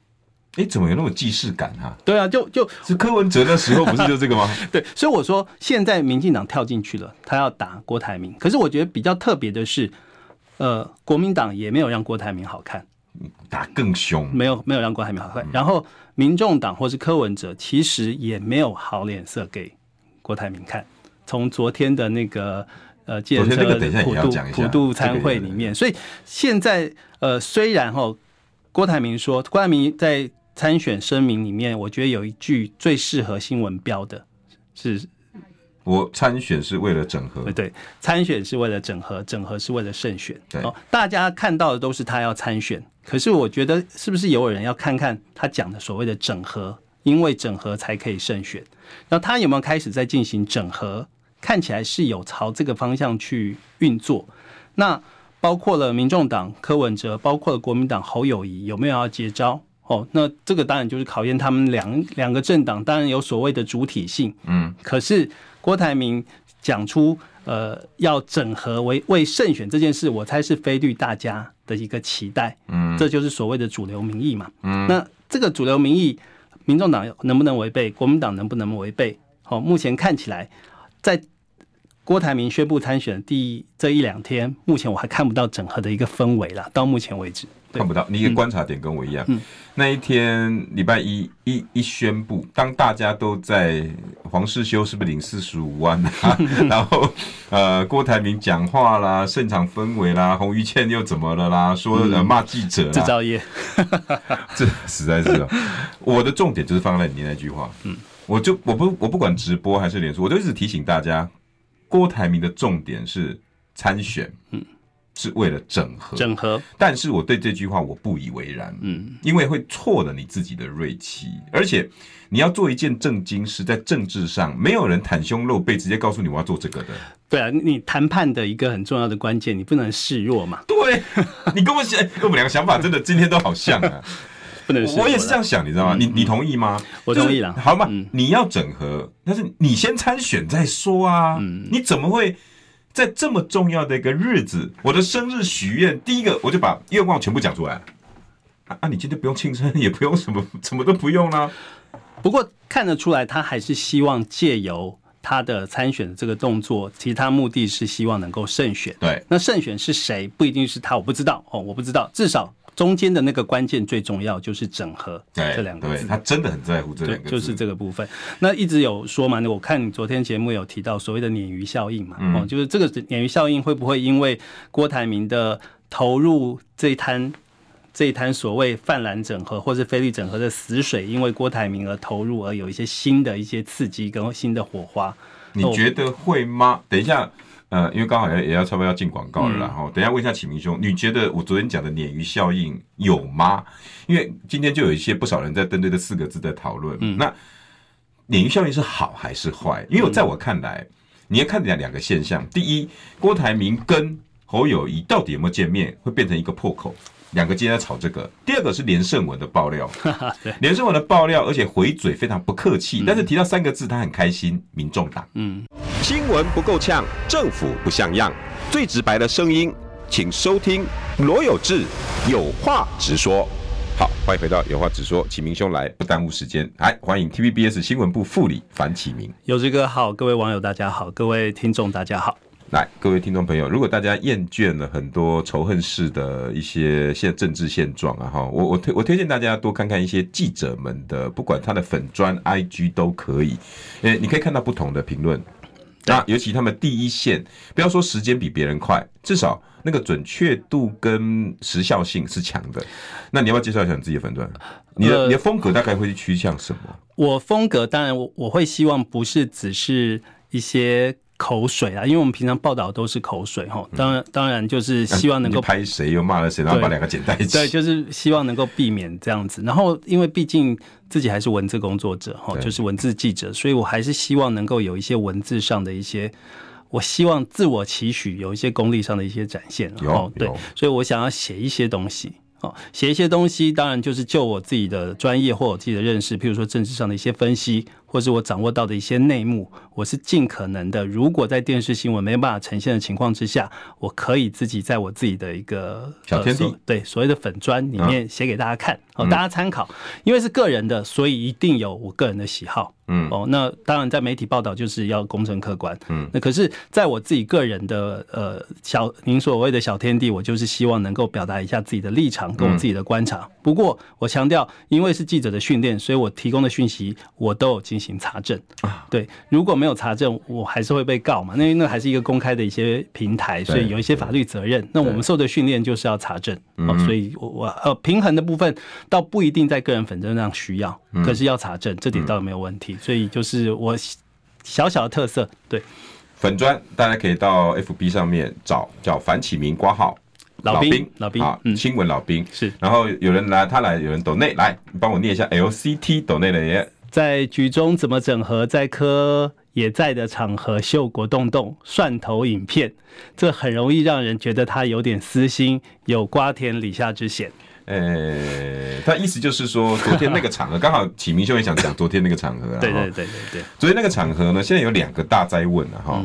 A: 哎、怎么有那种既视感哈、啊？
B: 对啊，就就
A: 是柯文 (laughs) 哲那时候不是就这个
B: (laughs)
A: 吗？
B: 对，所以我说现在民进党跳进去了，他要打郭台铭。可是我觉得比较特别的是，呃，国民党也没有让郭台铭好看，
A: 打更凶，
B: 没有没有让郭台铭好
A: 嗯
B: 看。然后民众党或是柯文哲其实也没有好脸色给郭台铭看。从昨天的那个呃，建
A: 昨天那
B: 设
A: 个等一下也
B: 普
A: 要
B: 渡
A: 讲一下
B: 普渡参会里面，所以现在呃，虽然哈郭台铭说，郭台铭在参选声明里面，我觉得有一句最适合新闻标的是
A: 我参选是为了整合
B: 对，对，参选是为了整合，整合是为了慎选。
A: 对，
B: 哦大家看到的都是他要参选，可是我觉得是不是有人要看看他讲的所谓的整合，因为整合才可以慎选。那他有没有开始在进行整合？看起来是有朝这个方向去运作。那包括了民众党柯文哲，包括了国民党侯友谊，有没有要接招？哦，那这个当然就是考验他们两两个政党，当然有所谓的主体性。
A: 嗯，
B: 可是郭台铭讲出呃要整合为为胜选这件事，我猜是非律大家的一个期待。
A: 嗯，
B: 这就是所谓的主流民意嘛。嗯，那这个主流民意，民众党能不能违背？国民党能不能违背？好、目前看起来，在郭台铭宣布参选的第一这一两天，目前我还看不到整合的一个氛围啦。到目前为止，对嗯
A: 看不到。你的观察点跟我一样。那一天礼拜一一一宣布，当大家都在黄世修是不是领四十五万
B: (laughs)
A: 啊？然后呃，郭台铭讲话啦，现场氛围啦，洪于倩又怎么了啦？说
B: 嗯
A: 呃骂记者
B: 制
A: 啦，
B: 造业，
A: (laughs) 这实在是哦，我的重点就是放在你那句话，嗯，我就我不我不管直播还是脸书，我就一直提醒大家，郭台铭的重点是参选，嗯，是为了整合，
B: 整合，
A: 但是我对这句话我不以为然，
B: 嗯，
A: 因为会挫了你自己的锐气，而且你要做一件正经事，在政治上没有人袒胸露背直接告诉你我要做这个的，
B: 对啊，你你谈判的一个很重要的关键，你不能示弱嘛，
A: 对 (laughs) 你跟我想，哎我们两个想法真的今天都好像啊。
B: 不能示弱
A: 我也是这
B: 啦，
A: 样想，你知道吗？你你同意吗？
B: 嗯我
A: 就是
B: 同意啦嗯
A: 好嘛，你要整合，但是你先参选再说啊。
B: 嗯
A: 你怎么会在这么重要的一个日子，我的生日许愿，第一个我就把愿望全部讲出来。啊啊！你今天不用庆生，也不用什么，什么都不用啊啦、
B: 不过看得出来，他还是希望借由他的参选的这个动作，其实他目的是希望能够胜选。
A: 对，
B: 那胜选是谁，不一定是他，我不知道哦，我不知道。至少中间的那个关键最重要，就是整合
A: 对，
B: 这两个
A: 对
B: 字。
A: 他真的很在乎这
B: 对
A: 两，个字，
B: 就是这个部分。那一直有说嘛，我看你昨天节目有提到所谓的鲶鱼效应嘛，哦，就是这个鲶鱼效应会不会因为郭台铭的投入这一摊这一摊所谓泛蓝整合或是菲律整合的死水，因为郭台铭而投入而有一些新的一些刺激跟新的火花？ (laughs)
A: 你觉得会吗？等一下，呃，因为刚好也也要差不多要进广告了啦，然后、等一下问一下启明兄，你觉得我昨天讲的鲶鱼效应有吗？因为今天就有一些不少人在针对这四个字在讨论，那鲶鱼效应是好还是坏？因为在我看来，你要看两两个现象，第一，郭台铭跟侯友谊到底有没有见面，会变成一个破口。两个今天在吵这个，第二个是连胜文的爆料，连胜文的爆料，而且回嘴非常不客气，但是提到三个字他很开心，民众党。
C: 新闻不够呛，政府不像样，最直白的声音，请收听罗有志有话直说。好，欢迎回到有话直说，启明兄来。
A: 不耽误时间，来欢迎 TVBS 新闻部副理樊启明。
B: 有志哥好，各位网友大家好，各位听众大家好。
A: 来，各位听众朋友，如果大家厌倦了很多仇恨式的一些现政治现状啊，哈，我我推我推荐大家多看看一些记者们的，不管他的粉砖、IG 都可以，诶、你可以看到不同的评论。那、尤其他们第一线，不要说时间比别人快，至少那个准确度跟时效性是强的。那你要不要介绍一下你自己的粉砖？你的、
B: 呃
A: 你的风格大概会趋向什么？
B: 我风格当然我我会希望不是只是一些口水啦，因为我们平常报道都是口水哈。当然当然就是希望能
A: 你
B: 够
A: 拍谁又骂了谁，然后
B: 对
A: 把两个剪在一起。
B: 对，就是希望能够避免这样子。然后，因为毕竟自己还是文字工作者哈，
A: 对
B: 就是文字记者，所以我还是希望能够有一些文字上的一些，我希望自我期许有一些功力上的一些展现。
A: 有
B: 哦，对
A: 有，
B: 所以我想要写一些东西。哦，写一些东西，当然就是就我自己的专业或我自己的认识，譬如说政治上的一些分析，或是我掌握到的一些内幕，我是尽可能的。如果在电视新闻没办法呈现的情况之下，我可以自己在我自己的一个
A: 小天地嗯
B: 呃所对所谓的粉砖里面写给大家看，哦，大家参考。因为是个人的，所以一定有我个人的喜好。
A: 嗯
B: 哦，那当然在媒体报道就是要公正客观。嗯，那可是在我自己个人的呃小您所谓的小天地，我就是希望能够表达一下自己的立场跟我自己的观察。不过我强调，因为是记者的训练，所以我提供的讯息我都有进行查证。对，如果没有查证，我还是会被告嘛，因为那还是一个公开的一些平台，所以有一些法律责任。那我们受的训练就是要查证，哦，所以我我呃平衡的部分倒不一定在个人粉证上需要，可是要查证，这点倒没有问题。所以就是我小小的特色，对，
A: 粉砖，大家可以到 FB 上面找，叫樊启明挂号
B: 老兵老兵
A: 啊，
B: 嗯
A: 新闻老兵
B: 是
A: 然后有人来，他来，有人抖内来，你帮我念一下 LCT 抖内的也
B: 在局中怎么整合，在科也在的场合秀国洞洞蒜头影片，这很容易让人觉得他有点私心，有瓜田李下之嫌。
A: 呃，他意思就是说，昨天那个
B: (laughs)
A: 场合，刚好启明兄也想讲昨天那个场合啊，
B: 对对
A: 哈
B: 对对对。嗯
A: 昨天那个场合呢，现在有两个大灾问了哈。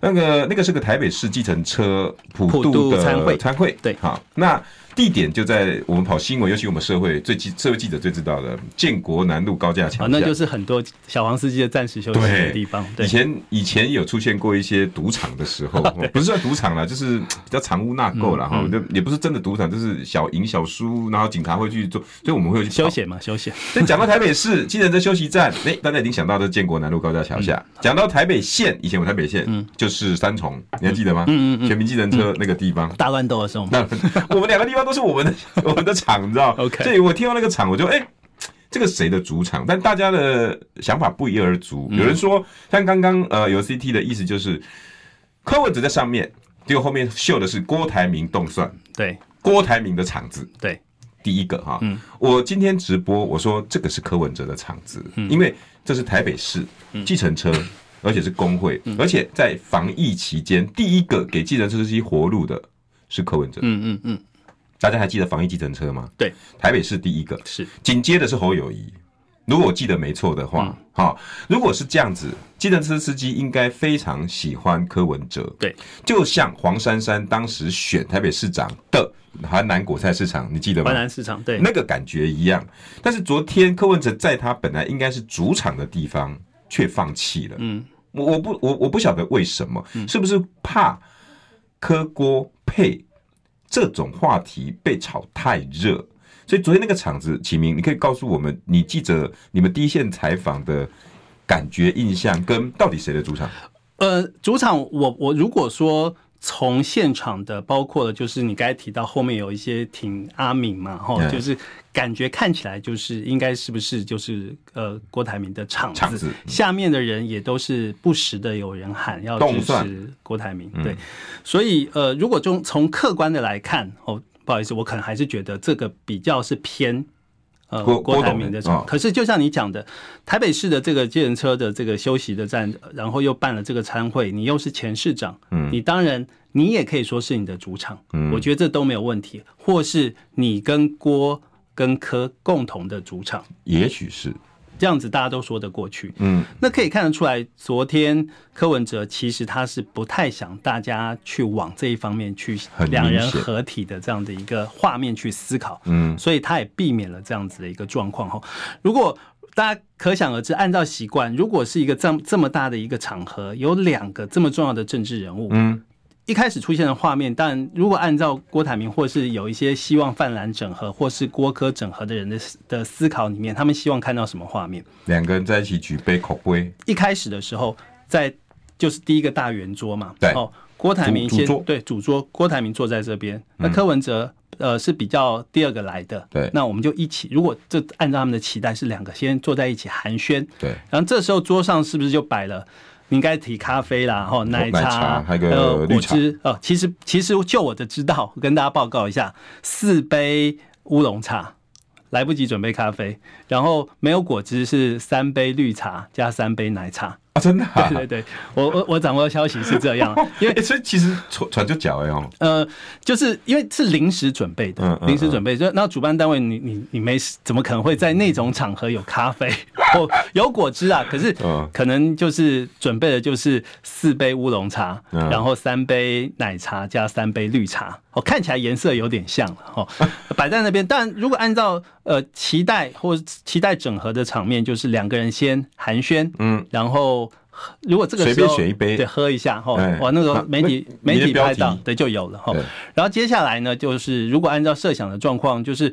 A: 那个那个是个台北市计程车普
B: 普
A: 渡
B: 渡
A: 的
B: 参会
A: 参会，
B: 对
A: 好，那地点就在我们跑新闻，尤其我们社会最记社会记者最知道的建国南路高架桥
B: 啊，
A: 下，
B: 那就是很多小黄司机的暂时休息
A: 对
B: 的地方。
A: 以
B: 对，
A: 前以前有出现过一些赌场的时
B: (laughs)
A: 候，不是算赌场啦，就是比较藏污纳垢
B: 嗯
A: 啦。哈、就也不是真的赌场，就是小赢小输，然后警察会去做，所以我们会去
B: 休
A: 跑。
B: 闲嘛，休闲。
A: 所以讲到台北市计程车休息站，哎、大家已经想到的建国南路高架桥下。
B: 嗯
A: 讲、到台北县，以前我们台北县、就是三重，你还记得吗？嗯嗯全民计程车那个地方。
B: 大乱斗的时候嘛，
A: 那我们两个地方都是我们的我们的场，你知道
B: OK
A: 所以我听到那个场，我就哎、这个谁的主场？但大家的想法不一而足。有人说，像刚刚呃有 CT 的意思就是，柯文哲在上面，结果后面秀的是郭台铭动算，
B: 对
A: 郭台铭的场子。
B: 对，
A: 第一个哈，我今天直播我说这个是柯文哲的场子，因为这是台北市计程车，而且是工会，而且在防疫期间，第一个给计程车司机活路的是柯文哲。
B: 嗯嗯嗯，
A: 大家还记得防疫计程车吗？
B: 对，
A: 台北市第一个，
B: 是
A: 紧接着是侯友谊。如果我记得没错的
B: 嗯
A: 话，哈、如果是这样子，计程车司机应该非常喜欢柯文哲，
B: 对，
A: 就像黄珊珊当时选台北市长的华南果菜市场，你记得吗
B: 华？南市场对，
A: 那个感觉一样。但是昨天柯文哲在他本来应该是主场的地方，却放弃了。嗯，我我不我我不晓得为什么，是不是怕柯郭配这种话题被炒太热？所以昨天那个场子，启明，你可以告诉我们，你记者你们第一线采访的感觉、印象，跟到底谁的主场？
B: 呃，主场我我如果说从现场的，包括了就是你刚才提到后面有一些挺阿敏嘛，哈，
A: 嗯
B: 就是感觉看起来就是应该是不是就是呃郭台铭的场子，
A: 场子嗯
B: 下面的人也都是不时的有人喊要
A: 动
B: 支
A: 算嗯
B: 持郭台铭，对，所以呃，如果从从客观的来看，哦，不好意思，我可能还是觉得这个比较是偏。呃，
A: 郭郭
B: 郭台
A: 董
B: 铭的
A: 的
B: 场
A: 哦
B: 可是就像你讲的，台北市的这个计程车的这个休息的站，呃然后又办了这个参会，你又是前市长，嗯，你当然你也可以说是你的主场，嗯，我觉得这都没有问题，或是你跟郭跟柯共同的主场，
A: 也许是，
B: 这样子大家都说得过去。
A: 嗯，
B: 那可以看得出来，昨天柯文哲其实他是不太想大家去往这一方面去
A: 很，明显
B: 两人合体的这样的一个画面去思考，
A: 嗯，
B: 所以他也避免了这样子的一个状况哈。如果大家可想而知，按照习惯，如果是一个这么这么大的一个场合，有两个这么重要的政治人物，
A: 嗯，
B: 一开始出现的画面，但如果按照郭台铭或是有一些希望泛蓝整合或是郭科整合的人的思的思考里面，他们希望看到什么画面？
A: 两个人在一起举杯口杯，
B: 一开始的时候，在就是第一个大圆桌嘛，
A: 对
B: 哦，郭台铭
A: 主
B: 先
A: 主桌
B: 对主桌，郭台铭坐在这边，那柯文哲、呃是比较第二个来的，
A: 嗯对
B: 那我们就一起，如果这按照他们的期待是两个先坐在一起寒暄，
A: 对，
B: 然后这时候桌上是不是就摆了？你应该提咖啡啦，然后奶
A: 哦奶
B: 茶
A: 茶，还有个
B: 呃
A: 绿
B: 果
A: 茶
B: 汁。哦，其实其实就我的知道，我跟大家报告一下，四杯乌龙茶，来不及准备咖啡，然后没有果汁是三杯绿茶加三杯奶茶。
A: 啊，真的、啊，
B: 对对对，我我我掌握的消息是这样，因为
A: 欸所以其实传传就脚哎哦，
B: 呃，就是因为是临时准备
A: 嗯
B: 的，
A: 嗯
B: 临时准备，就那主办单位你你你没事怎么可能会在那种场合有咖啡 (laughs) 或有果汁啊？可是
A: 嗯
B: 可能就是准备的就是四杯乌龙茶，
A: 嗯
B: 然后三杯奶茶加三杯绿茶，哦，看起来颜色有点像了
A: (laughs)
B: 哦，摆在那边。但如果按照呃期待或期待整合的场面，就是两个人先寒暄，
A: 嗯
B: 嗯，然后。如果这个时候
A: 随便选一杯
B: 对，喝一下哈，
A: 哎
B: 哦哇，那个媒体
A: 那
B: 媒
A: 你的
B: 体
A: 标
B: 拍
A: 题
B: 到，对，就有了哈
A: 对。
B: 然后接下来呢，就是如果按照设想的状况，就是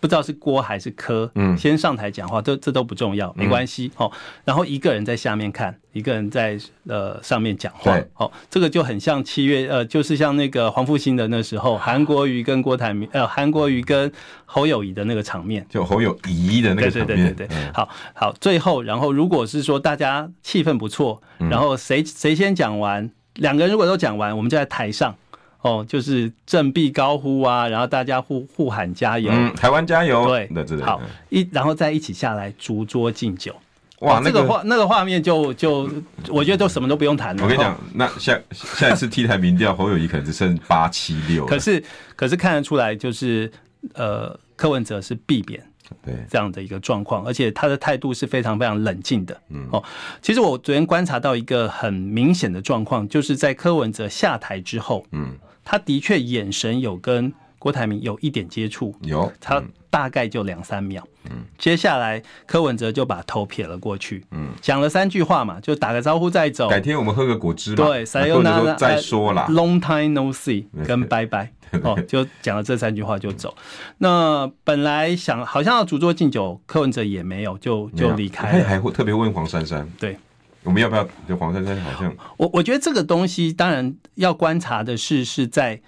B: 不知道是郭还是柯，
A: 嗯
B: 先上台讲话，这这都不重要，没关系哦。然后一个人在下面看，一个人在呃上面讲话
A: 对，
B: 哦，这个就很像七月呃，就是像那个黄复兴的那时候，韩国瑜跟郭台铭呃，韩国瑜跟侯友谊的那个场面。
A: 就侯友谊的那个
B: 对
A: 场
B: 对对
A: 面，
B: 对对
A: 嗯，
B: 好好，最后然后如果是说大家气氛不错，
A: 嗯
B: 然后谁谁先讲完，两个人如果都讲完，我们就在台上。哦，就是振臂高呼啊，然后大家互互喊加油，
A: 嗯，台湾加油，
B: 对
A: 那这，
B: 好
A: 嗯
B: 一，然后再一起下来逐桌敬酒，
A: 哇，
B: 哦这
A: 那
B: 个
A: 个。
B: 画那个画面就就，我觉得都什么都不用谈了。
A: 我跟你
B: 哦
A: 讲，那下下一次 T 台民调，侯友谊可能只剩
B: 哦
A: 八七六了，
B: 可是可是看得出来，就是呃，柯文哲是避免
A: 对
B: 这样的一个状况，而且他的态度是非常非常冷静的。嗯，哦，其实我昨天观察到一个很明显的状况，就是在柯文哲下台之后，嗯，他的确眼神有跟郭台铭有一点接触，
A: 有
B: 他大概就两三秒。嗯，接下来柯文哲就把头撇了过去，嗯，讲了三句话嘛，就打个招呼再走。
A: 改天我们喝个果汁吧，
B: 对，呃
A: 那或者说再说啦。
B: Long time no see，跟
A: (laughs)
B: 拜拜哦，就讲了这三句话就走。那本来想好像要主桌敬酒，柯文哲也没有，就就离开
A: 他
B: 了。
A: 还会特别问黄珊珊，
B: 对
A: 我们要不要？就黄珊珊好像
B: 我，我觉得这个东西当然要观察的是是在。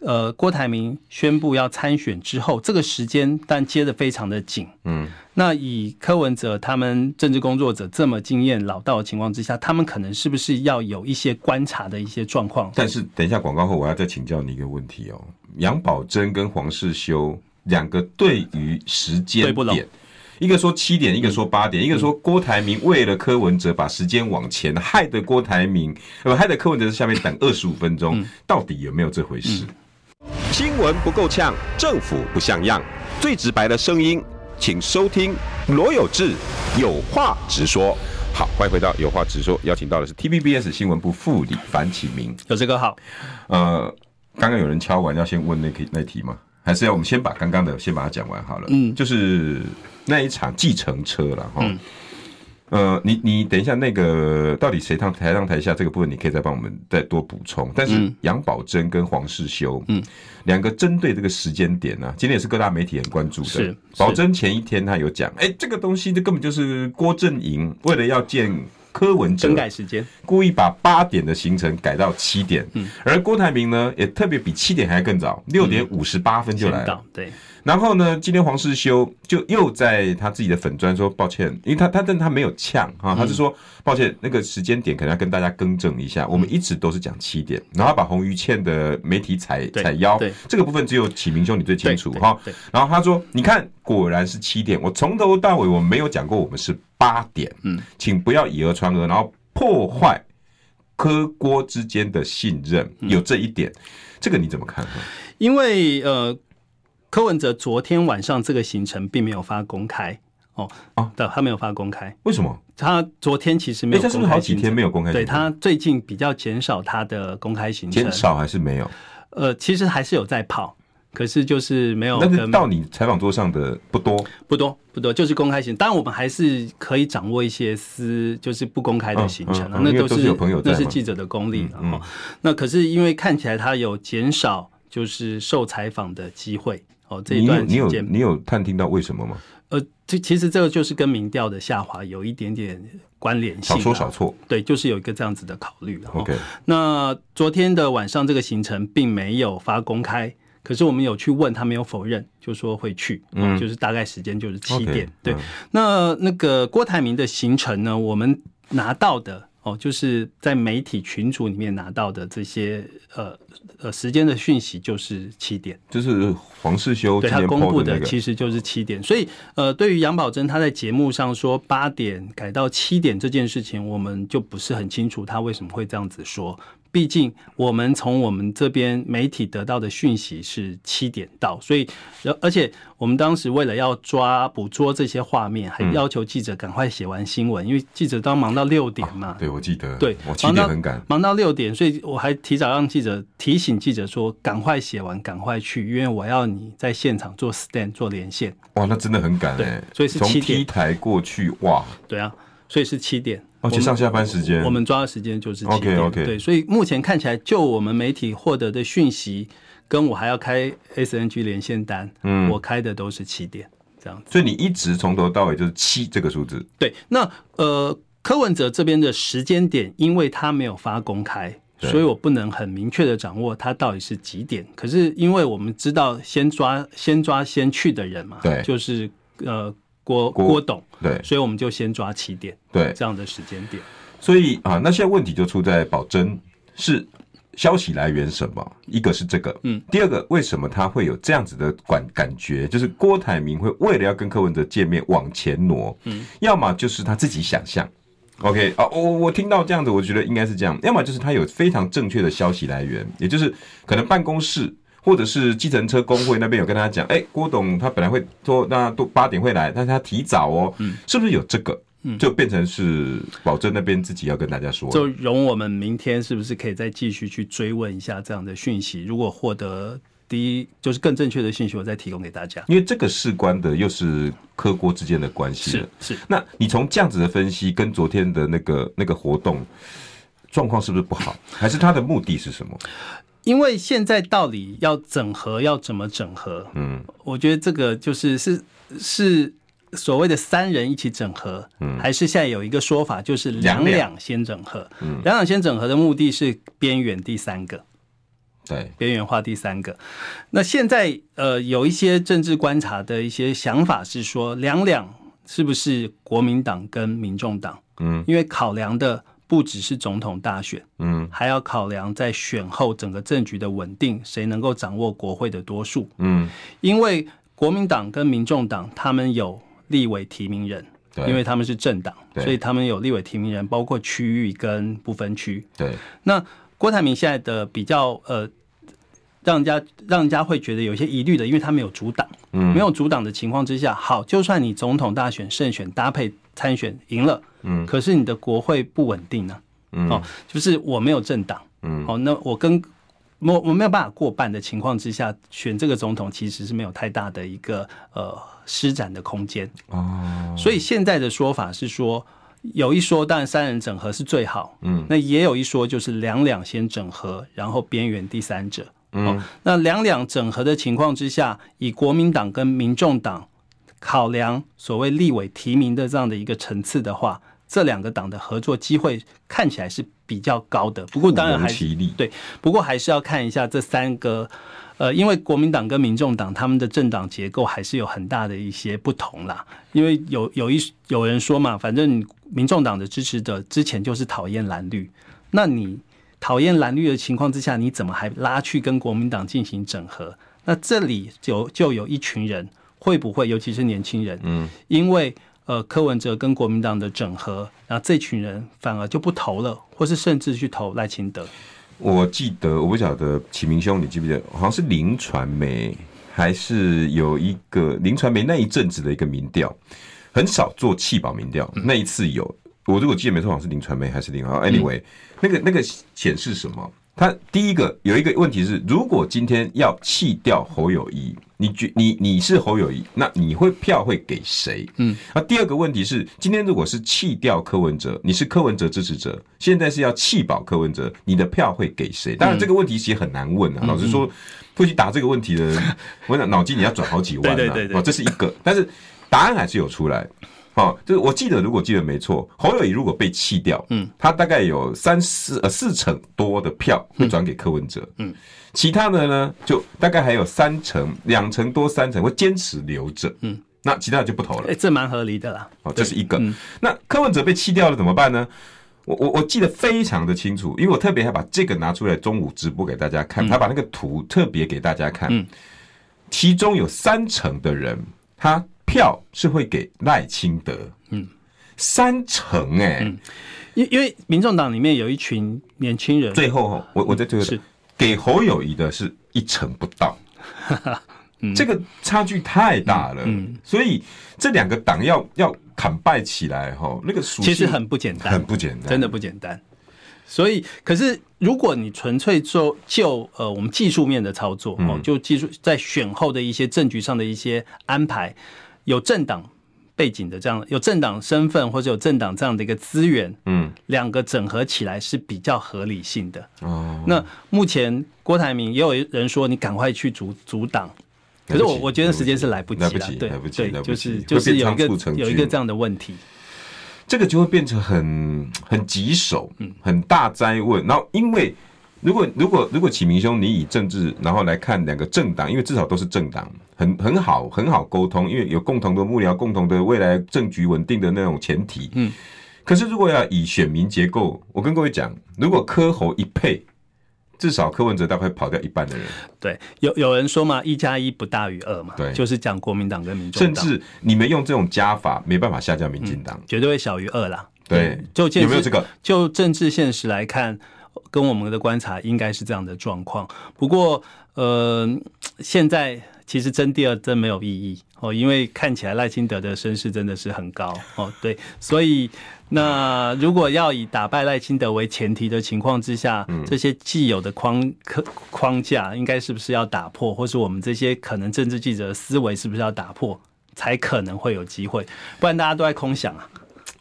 B: 呃，郭台铭宣布要参选之后，这个时间但接的非常的紧，
A: 嗯，
B: 那以柯文哲他们政治工作者这么经验老道的情况之下，他们可能是不是要有一些观察的一些状况？
A: 但是等一下广告后，我要再请教你一个问题哦。杨宝珍跟黄世修两个对于时
B: 对
A: 间
B: 不拢
A: 点，一个说七点，一个说八点，一个说郭台铭为了柯文哲把时间往前，害得郭台铭呃害得柯文哲在下面等二十五分
B: 嗯
A: 钟，到底有没有这回事？
C: 新闻不够呛，政府不像样，最直白的声音，请收听罗有志有话直说。
A: 好，欢迎回到有话直说，邀请到的是 TVBS 新闻部副理樊启明。
B: 有这个好，
A: 呃，刚刚有人敲完要先问那个那题吗？还是要我们先把刚刚的先把它讲完好了。嗯，就是那一场计程车了哈。
B: 嗯
A: 呃，你你等一下，那个到底谁上台上台下这个部分，你可以再帮我们再多补充。但是
B: 嗯
A: 杨宝珍跟黄世修，嗯，两个针对这个时间点呢、啊，今天也是各大媒体很关注的。
B: 是是
A: 宝珍前一天他有讲，哎、这个东西这根本就是郭正营为了要见柯文哲
B: 整改时间，
A: 故意把八点的行程改到七点，
B: 嗯
A: 而郭台铭呢也特别比七点还更早，六点五十八分就来
B: 先
A: 了
B: 到。对，
A: 然后呢，今天黄世修就又在他自己的粉砖说抱歉，因为他他但他没有呛
B: 嗯
A: 啊，他是说抱歉，那个时间点可能要跟大家更正一
B: 嗯
A: 下，我们一直都是讲七点，然后他把洪于倩的媒体踩
B: 对
A: 踩腰
B: 对，
A: 这个部分只有启明兄你最清楚
B: 对
A: 哈
B: 对对。
A: 然后他说，你看果然是七点，我从头到尾我没有讲过我们是八点，
B: 嗯，
A: 请不要以讹传讹，然后破坏。科郭之间的信任
B: 嗯
A: 有这一点，这个你怎么看？
B: 因为呃，柯文哲昨天晚上这个行程并没有发公开哦，
A: 哦
B: 对，他没有发公开，
A: 为什么？
B: 他昨天其实没
A: 哎，他
B: 有公开
A: 是不
B: 行程，
A: 是好几天没有公开行
B: 对
A: 程？
B: 他最近比较减少他的公开行程，
A: 减少还是没有？
B: 呃，其实还是有在跑，可是就是没有
A: 但是
B: 跟
A: 到你采访桌上的不多，
B: 不多不多，就是公开行程。当然，我们还是可以掌握一些私，就是不公开的行程
A: 嗯
B: 啊，
A: 嗯嗯
B: 那
A: 因为都
B: 是
A: 是有朋友在
B: 那是
A: 嘛
B: 记者的功力了、
A: 嗯
B: 哦那可是因为看起来他有减少就是受采访的机会哦，这一
A: 你有
B: 段
A: 你
B: 时
A: 有
B: 间，
A: 你有探听到为什么吗？
B: 呃，这其实这个就是跟民调的下滑有一点点关联性、
A: 少
B: 啊。
A: 说少错
B: 对，就是有一个这样子的考虑了、哦。
A: ，OK，
B: 那昨天的晚上这个行程并没有发公开，可是我们有去问他没有否认，就说会去，嗯，就是大概时间就是七
A: OK，
B: 点。对，
A: 嗯
B: 那那个郭台铭的行程呢，我们拿到的。哦，就是在媒体群组里面拿到的这些呃呃时间的讯息，就是七点。
A: 就是黄世修
B: 对
A: 今
B: 他
A: 天
B: 公布
A: PO 的
B: 的
A: 那个，
B: 其实就是七点，所以呃，对于杨宝珍她在节目上说八点改到七点这件事情，我们就不是很清楚她为什么会这样子说。毕竟我们从我们这边媒体得到的讯息是七点到，所以而而且我们当时为了要抓捕捉这些画面，
A: 嗯
B: 还要求记者赶快写完新闻，因为记者都要忙到六点嘛。
A: 对我记得，
B: 对，
A: 我七
B: 忙
A: 点
B: 到
A: 很赶，
B: 忙到六点，所以我还提早让记者提醒记者说，赶快写完，赶快去，因为我要你在现场做 stand 做连线。
A: 哇，那真的很赶
B: 对
A: 哎，
B: 所以是
A: 从
B: 7
A: T
B: 点
A: 台过去，哇，
B: 对啊，所以是七点。
A: 而且
B: 我们
A: 哦上下班时间
B: 我们抓的时间就是七点。
A: OK，OK
B: 对，所以目前看起来，就我们媒体获得的讯息，跟我还要开 SNG 连线单，嗯，我开的都是七点这样子。
A: 所以你一直从头到尾就是七这个数字，
B: 对，那呃，柯文哲这边的时间点，因为他没有发公开，
A: 对
B: 所以我不能很明确的掌握他到底是几点。可是因为我们知道先抓先抓先去的人嘛，
A: 对
B: 就是呃郭
A: 郭
B: 郭董，
A: 对
B: 所以我们就先抓起点
A: 对，
B: 这样的时间点。
A: 所以啊，那现在问题就出在保真是消息来源什么？一个是这个，嗯，第二个为什么他会有这样子的感感觉？就是郭台铭会为了要跟柯文哲见面往前挪，嗯，要么就是他自己想象。OK 啊，我我听到这样子，我觉得应该是这样，要么就是他有非常正确的消息来源，也就是可能办公室或者是计程车工会那边有跟他讲，哎、郭董他本来会说那都八点会来，但是他提早哦，
B: 嗯
A: 是不是有这个？就变成是保证那边自己要跟大家说了，
B: 就容我们明天是不是可以再继续去追问一下这样的讯息？如果获得第一就是更正确的讯息，我再提供给大家。
A: 因为这个事关的又是科郭之间的关系了
B: 是。是，
A: 那你从这样子的分析跟昨天的那个那个活动状况是不是不好？还是他的目的是什么？
B: 因为现在到底要整合要怎么整合？
A: 嗯，
B: 我觉得这个就是是是所谓的三人一起整合，还是现在有一个说法就是嗯两嗯
A: 两
B: 两先整合。两两先整合的目的是边缘第三个。
A: 对，
B: 边缘化第三个。那现在呃，有一些政治观察的一些想法是说，两两是不是国民党跟民众党？
A: 嗯
B: 因为考量的不只是总统大选，
A: 嗯
B: 还要考量在选后整个政局的稳定，谁能够掌握国会的多数？
A: 嗯，
B: 因为国民党跟民众党他们有立委提名人，
A: 对，
B: 因为他们是政党，
A: 对
B: 所以他们有立委提名人，包括区域跟不分区。
A: 对
B: 那郭台铭现在的比较呃，让人家让人家会觉得有一些疑虑的，因为他没有阻挡，
A: 嗯
B: 没有阻挡的情况之下，好，就算你总统大选胜选搭配参选赢了，
A: 嗯
B: 可是你的国会不稳定呢、
A: 嗯
B: 哦，就是我没有政党，
A: 嗯
B: 哦，那我跟我我没有办法过半的情况之下，选这个总统其实是没有太大的一个呃施展的空间，
A: 哦，
B: 所以现在的说法是说，有一说当然三人整合是最好，
A: 嗯，
B: 那也有一说就是两两先整合，然后边缘第三者。哦
A: 嗯
B: 那两两整合的情况之下，以国民党跟民众党考量所谓立委提名的这样的一个层次的话，这两个党的合作机会看起来是比较高的。不过当然还
A: 不
B: 是
A: 容其力
B: 对，不过还是要看一下这三个。呃，因为国民党跟民众党他们的政党结构还是有很大的一些不同啦。因为有有一有人说嘛，反正民众党的支持者之前就是讨厌蓝绿，那你讨厌蓝绿的情况之下，你怎么还拉去跟国民党进行整合？那这里就就有一群人会不会，尤其是年轻人，
A: 嗯，
B: 因为呃柯文哲跟国民党的整合，然后这群人反而就不投了，或是甚至去投赖清德。
A: 我记得，我不晓得启明兄，你记不记得？好像是林传媒，还是有一个林传媒那一阵子的一个民调，很少做弃保民调，
B: 嗯
A: 那一次有。我如果记得没错，好像是林传媒还是林好。Anyway，、那个那个显示什么？它第一个有一个问题是，如果今天要弃掉侯友谊，你觉你你是侯友谊，那你会票会给谁？嗯，那第二个问题是，今天如果是弃掉柯文哲，你是柯文哲支持者，现在是要弃保柯文哲，你的票会给谁？
B: 嗯
A: 当然这个问题其实很难问啊。老实说，会去答这个问题的人，我想脑筋你要转好几万、啊。
B: (laughs) 对对对对
A: 哦，这是一个， (laughs) 但是答案还是有出来。哦，就是我记得，如果记得没错，侯友谊如果被弃掉，嗯，他大概有三四呃四成多的票会转给柯文哲，嗯，其他的呢，就大概还有三成、两成多、三成会坚持留着，嗯，那其他的就不投了
B: 哎、，这蛮合理的啦。
A: 哦，这是一个。
B: 嗯
A: 那柯文哲被弃掉了怎么办呢？我我我记得非常的清楚，因为我特别还把这个拿出来中午直播给大家
B: 嗯
A: 看，他把那个图特别给大家看，其中有三成的人他票是会给赖清德，嗯，三成哎、
B: 嗯因因为民众党里面有一群年轻人，
A: 最后哈，我我在最后
B: 是
A: 给侯友谊的是一成不
B: (laughs)
A: 到，
B: 嗯
A: 这个差距太大了，所以这两个党要要砍败起来哈，那个属性
B: 其实很不简单，
A: 很不简单，
B: 真的不简单。所以，可是如果你纯粹就就呃我们技术面的操作
A: 嗯
B: 哦，就技术在选后的一些政局上的一些安排，有政党背景的这样有政党身份或者有政党这样的一个资源，
A: 嗯，
B: 两个整合起来是比较合理性的。
A: 哦，
B: 那目前郭台铭也有人说你赶快去阻阻挡，可是
A: 来
B: 我
A: 不及
B: 我觉得时间是
A: 来
B: 来不
A: 不
B: 及
A: 及
B: 了，对
A: 来不及来
B: 对，
A: 不及
B: 就是
A: 会
B: 就是
A: 变
B: 有一
A: 仓
B: 个
A: 促成
B: 有一个
A: 军
B: 这样的问题，
A: 这个就会变成很很棘手，
B: 嗯
A: 很大灾问。然后因为如果如果如果启明兄，你以政治然后来看两个政党，因为至少都是政党，很很好很好沟通，因为有共同的幕僚、共同的未来政局稳定的那种前提。嗯，可是如果要以选民结构，我跟各位讲，如果柯侯一配，至少柯文哲大概跑掉一半的人，
B: 对，有有人说嘛，一加一不大于二嘛，
A: 对
B: 就是讲国民党跟民众
A: 甚
B: 党，
A: 至你们用这种加法没办法下架民进党。
B: 绝对会小于二啦。
A: 对
B: 嗯就见
A: 有没有这个
B: 就政治现实来看，跟我们的观察应该是这样的状况。不过，呃，现在其实争第二真没有意义哦，因为看起来赖清德的声势真的是很高哦，对，所以那如果要以打败赖清德为前提的情况之下，这些既有的框框框架应该是不是要打破，或是我们这些可能政治记者的思维是不是要打破，才可能会有机会，不然大家都在空想啊。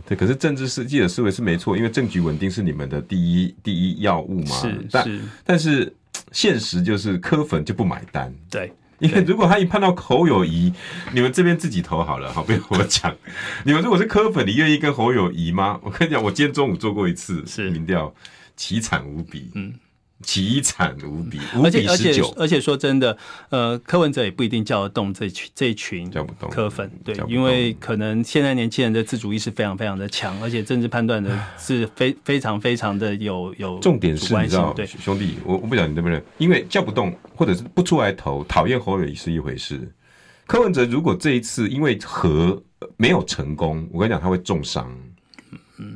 A: 对，可是政治世记者思维是没错，因为政局稳定是你们的第一第一要务嘛。
B: 是
A: 但
B: 是
A: 但是嘖现实就是柯粉就不买单，
B: 对，
A: 因为如果他一判到侯友谊，你们这边自己投好了，好，不要我讲。你们如果是柯粉，你愿意跟侯友谊吗？我跟你讲，我今天中午做过一次
B: 是
A: 民调，凄惨无比，
B: 嗯，
A: 凄惨无比，五比
B: 而且而
A: 十
B: 且
A: 九。
B: 而且说真的，呃，柯文哲也不一定叫得动这群这一群
A: 叫不动
B: 柯粉，对
A: 叫，不
B: 因为可能现在年轻人的自主意识非常非常的强，而且政治判
A: (sighs)
B: 断的是非非常非常的有有
A: 重点
B: 主
A: 是，
B: 观
A: 你知
B: 性
A: 道，
B: 对，
A: 兄弟，我我不讲你对不对？因为叫不动，或者是不出来投，讨厌侯友谊是一回事。柯文哲如果这一次因为和呃没有成功，我跟你讲，他会重伤。
B: 嗯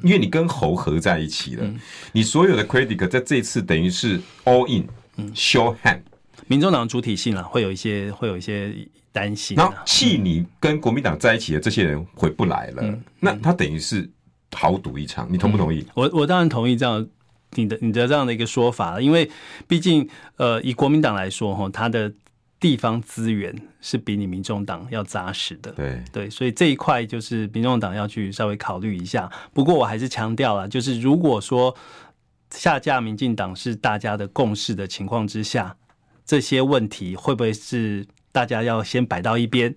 A: 因为你跟侯合在一起了，你所有的 credit 在这一次等于是 all
B: 嗯
A: in，show hand，
B: 民众党主体性啊，会有一些会有一些担心
A: 然后
B: 啊，
A: 气你跟国民党在一起的这些人回不来
B: 嗯
A: 了，那他等于是豪赌一场，你同不同意？
B: 我我当然同意这样你的你的这样的一个说法了，因为毕竟呃，以国民党来说，哈，它的地方资源是比你民众党要扎实的，
A: 对，
B: 对，所以这一块就是民众党要去稍微考虑一下。不过我还是强调了，就是如果说下架民进党是大家的共识的情况之下，这些问题会不会是大家要先摆到一边，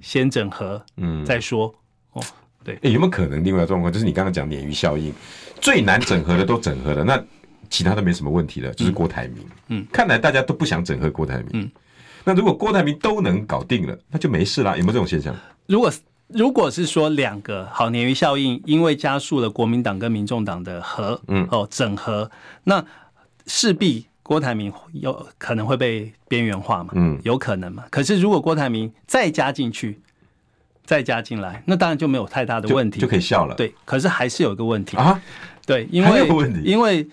B: 先整合
A: 嗯。
B: 再说？哦，
A: 欸有没有可能另外一个状况就是你刚刚讲鲶鱼效应，最难整合的都整合了，那其他都没什么问题了，就是郭台铭。
B: 嗯，
A: 看来大家都不想整合郭台铭。
B: 嗯，
A: 那如果郭台铭都能搞定了，那就没事啦。有没有这种现象？
B: 如果如果是说两个好鲶鱼效应，因为加速了国民党跟民众党的合，
A: 嗯
B: 哦整合，那势必郭台铭有可能会被边缘化嘛，
A: 嗯
B: 有可能嘛。可是如果郭台铭再加进去，再加进来，那当然就没有太大的
A: 就
B: 问题，
A: 就可以笑了。
B: 对。可是还是有一个问题，
A: 啊，
B: 对，因
A: 还
B: 为
A: 有问题
B: 因为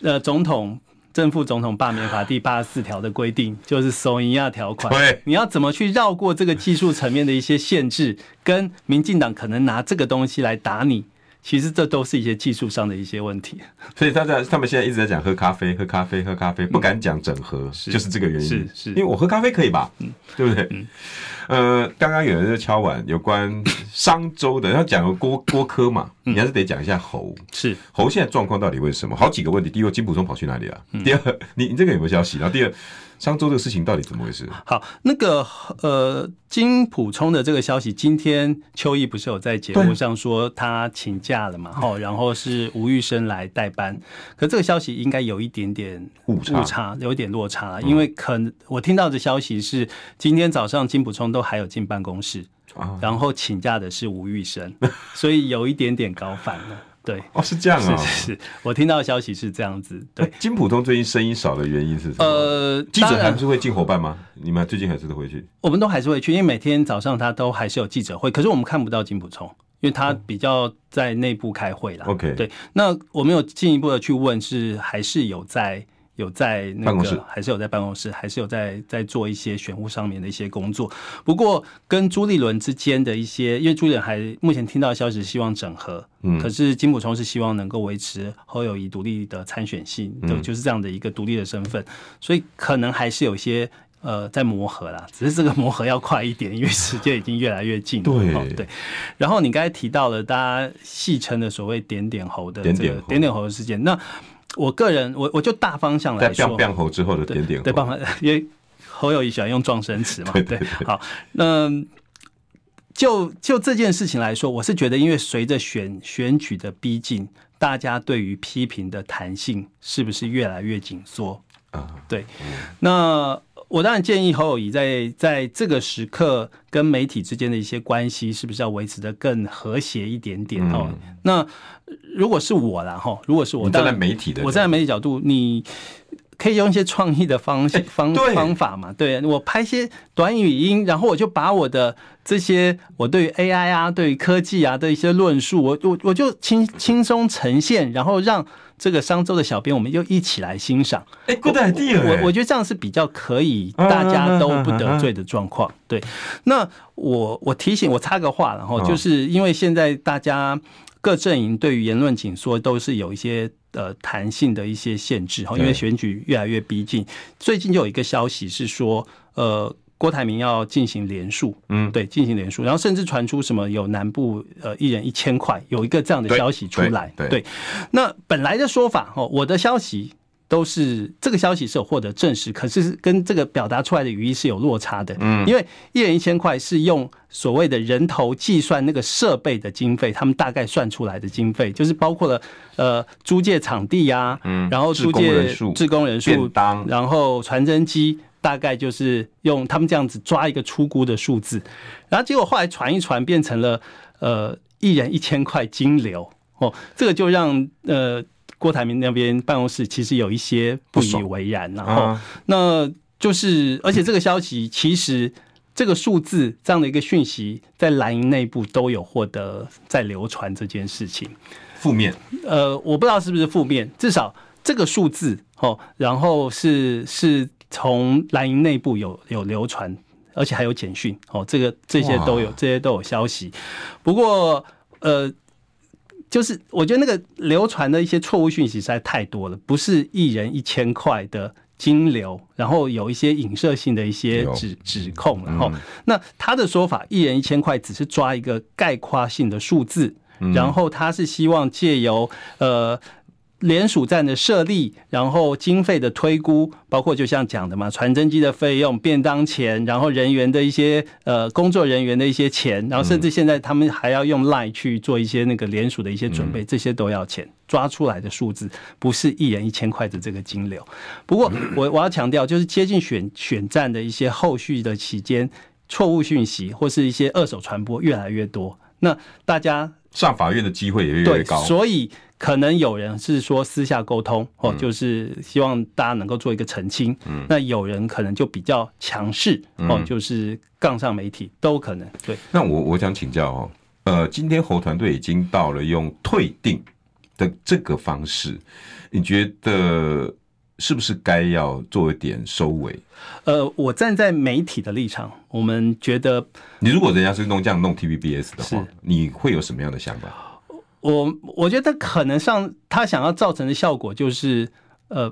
B: 呃总统。正副总统罢免法第八十四条的规定就是索尼亚
A: (laughs)
B: 条款，
A: 对
B: 你要怎么去绕过这个技术层面的一些限制，跟民进党可能拿这个东西来打你，其实这都是一些技术上的一些问题。
A: 所以大家他们现在一直在讲喝咖啡，喝咖啡，喝咖啡，不敢讲整合，就是这个原因。
B: 嗯是是
A: 因
B: 嗯
A: 为我喝咖啡可以吧？对不对？呃，刚刚有人在敲碗有关商周的，要讲个郭郭科嘛，
B: 嗯
A: 你还是得讲一下侯。
B: 是
A: 侯现在状况到底为什么？好几个问题。第一个，金溥聪跑去哪里了、
B: 嗯
A: 第二，你你这个有没有消息？然后第二，商周这个事情到底怎么回事？
B: 好，那个呃，金普充的这个消息，今天邱毅不是有在节目上说他请假了嘛？哈，然后是吴玉生来代班，可这个消息应该有一点点
A: 误差嗯
B: 有一点落差啦，因为可能我听到的消息是今天早上金普充都还有进办公室，
A: 啊，
B: 然后请假的是吴玉生，所以有一点点搞反了。对，
A: 哦，是这样啊
B: 是。是是，我听到的消息是这样子。对
A: 哎，金溥聪最近声音少的原因 (laughs) 是什么？
B: 呃，
A: 记
B: 当
A: 者
B: 然
A: 还是会进伙伴吗？你们最近还是都回去？
B: 我们都还是会去，因为每天早上他都还是有记者会，可是我们看不到金普聪，因为他比较在内部开会啦。
A: 哦 OK
B: 对，那我们有进一步的去问，是还是有在有在那
A: 办公室
B: 个，还是有在办公室，还是有在在做一些选务上面的一些工作。不过跟朱立伦之间的一些，因为朱立伦还目前听到的消息是希望整合，
A: 嗯
B: 可是金溥聪是希望能够维持侯友谊独立的参选性，
A: 嗯
B: 对，就是这样的一个独立的身份，所以可能还是有一些呃在磨合啦，只是这个磨合要快一点，因为时间已经越来越近了。
A: 对
B: 哦对。然后你刚才提到了大家戏称的所谓点点猴的这
A: 点
B: 个
A: 点猴
B: 点点猴的事件，那我个人我我就大方向
A: 在
B: 来说
A: 变，变猴之后的点点
B: 对，办
A: 猴，
B: 法，因为侯友谊喜欢用撞声词嘛，
A: 对对
B: 好，那就就这件事情来说，我是觉得，因为随着选选举的逼近，大家对于批评的弹性是不是越来越紧缩？
A: 啊，
B: 对，那我当然建议侯友谊在在这个时刻跟媒体之间的一些关系，是不是要维持的更和谐一点点哦？那如果是我啦哈，吼如果是我，
A: 嗯你站
B: 当
A: 在
B: 然
A: 媒体的，
B: 我站在媒体角度，你可以用一些创意的方式
A: 哎
B: 方
A: 对
B: 方法嘛。对我拍一些短语音，然后我就把我的这些我对于 AI 啊、对于科技啊的一些论述，我我我就轻轻松呈现，然后让这个商周的小编我们就一起来欣赏。
A: 哎，good idea，哎嗯
B: 我我觉得这样是比较可以大家都不得罪的状况。对，那我我提醒我插个话，然后
A: 嗯
B: 就是因为现在大家各阵营对于言论紧缩都是有一些。呃，弹性的一些限制哈，因为
A: 对
B: 选举越来越逼近，最近就有一个消息是说，呃，郭台铭要进行联署，
A: 嗯
B: 对，进行联署，然后甚至传出什么有南部呃一人一千块，有一个这样的
A: 对
B: 消息出
A: 对
B: 来，
A: 对
B: 那本来的说法哦，我的消息都是这个消息是有获得证实，可是跟这个表达出来的语义是有落差的。嗯，因为一人一千块是用所谓的人头计算那个设备的经费，他们大概算出来的经费，就是包括了呃租借场地呀、嗯，然后租
A: 志工
B: 借
A: 人数
B: 志工人数
A: 便当
B: 然后传真机大概就是用他们这样子抓一个出估的数字，然后结果后来传一传变成了呃一人一千块金流哦，这个就让呃郭台铭那边办公室其实有一些不以为然，然后、
A: 啊
B: 那就是而且这个消息其实。这个数字这样的一个讯息，在蓝营内部都有获得在流传这件事情。
A: 负面，
B: 呃，我不知道是不是负面，至少这个数字哦，然后是是从蓝营内部有有流传，而且还有简讯哦，这个这些都有，这些都有消息。不过呃，就是我觉得那个流传的一些错误讯息实在太多了，不是一人一千块的。金流，然后有一些影射性的一些
A: 有
B: 指指控，然后、那他的说法，一人一千块只是抓一个概括性的数字，然后他是希望借由呃。联署站的设立，然后经费的推估，包括就像讲的嘛，传真机的费用、便当钱，然后人员的一些呃工作人员的一些钱，然后甚至现在他们还要用 Line 去做一些那个联署的一些准备，这些都要钱。抓出来的数字不是一人一千块的这个金流。不过我我要强调，就是接近选选战的一些后续的期间，错误讯息或是一些二手传播越来越多，那大家
A: 上法院的机会也越来
B: 对
A: 越，高。
B: 所以可能有人是说私下沟通哦，
A: 嗯
B: 就是希望大家能够做一个澄清。嗯，那有人可能就比较强势
A: 嗯
B: 哦，就是杠上媒体都可能。对，
A: 那我我想请教哦，呃，今天侯团队已经到了用退订的这个方式，你觉得是不是该要做一点收尾？
B: 呃，我站在媒体的立场，我们觉得
A: 你如果人家是弄这样弄 TVBS 的话
B: 是，啊
A: 你会有什么样的想法？
B: 我我觉得可能上他想要造成的效果就是，呃，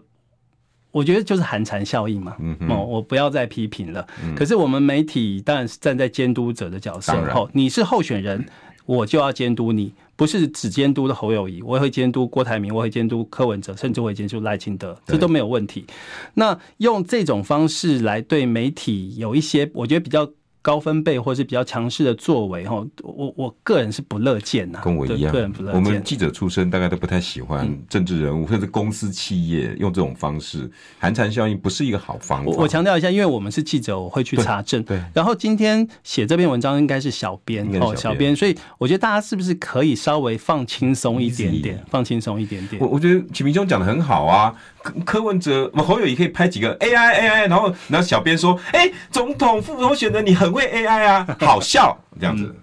B: 我觉得就是寒蝉效应嘛。
A: 嗯哼嗯
B: 哦，我不要再批评了。可是我们媒体当然是站在监督者的角色
A: 当，然
B: 哦，你是候选人，我就要监督你，不是只监督的侯友谊，我也会监督郭台铭，我会监督柯文哲，甚至我会监督赖清德，这
A: 对
B: 都没有问题。那用这种方式来对媒体有一些，我觉得比较。高分贝或是比较强势的作为，哈，我我个人是不乐见呐、
A: 跟我
B: 对
A: 一样
B: 个人不嗯乐，
A: 我
B: 见。
A: 们记者出身，大概都不太喜欢政治人物甚至公司企业用这种方式，寒蝉效应不是一个好方法。
B: 我我强调一下，因为我们是记者，我会去查证。
A: 对对
B: 然后今天写这篇文章应该是小编
A: 应该是
B: 哦，
A: 小
B: 小编，所以我觉得大家是不是可以稍微放轻松一点点，放轻松一点点
A: 我。我觉得启明兄讲的很好啊，柯柯文哲、我侯友谊可以拍几个 AI AI，然后然后小编说，哎、总统、副总统选的你很会 AI 啊，好笑这样子。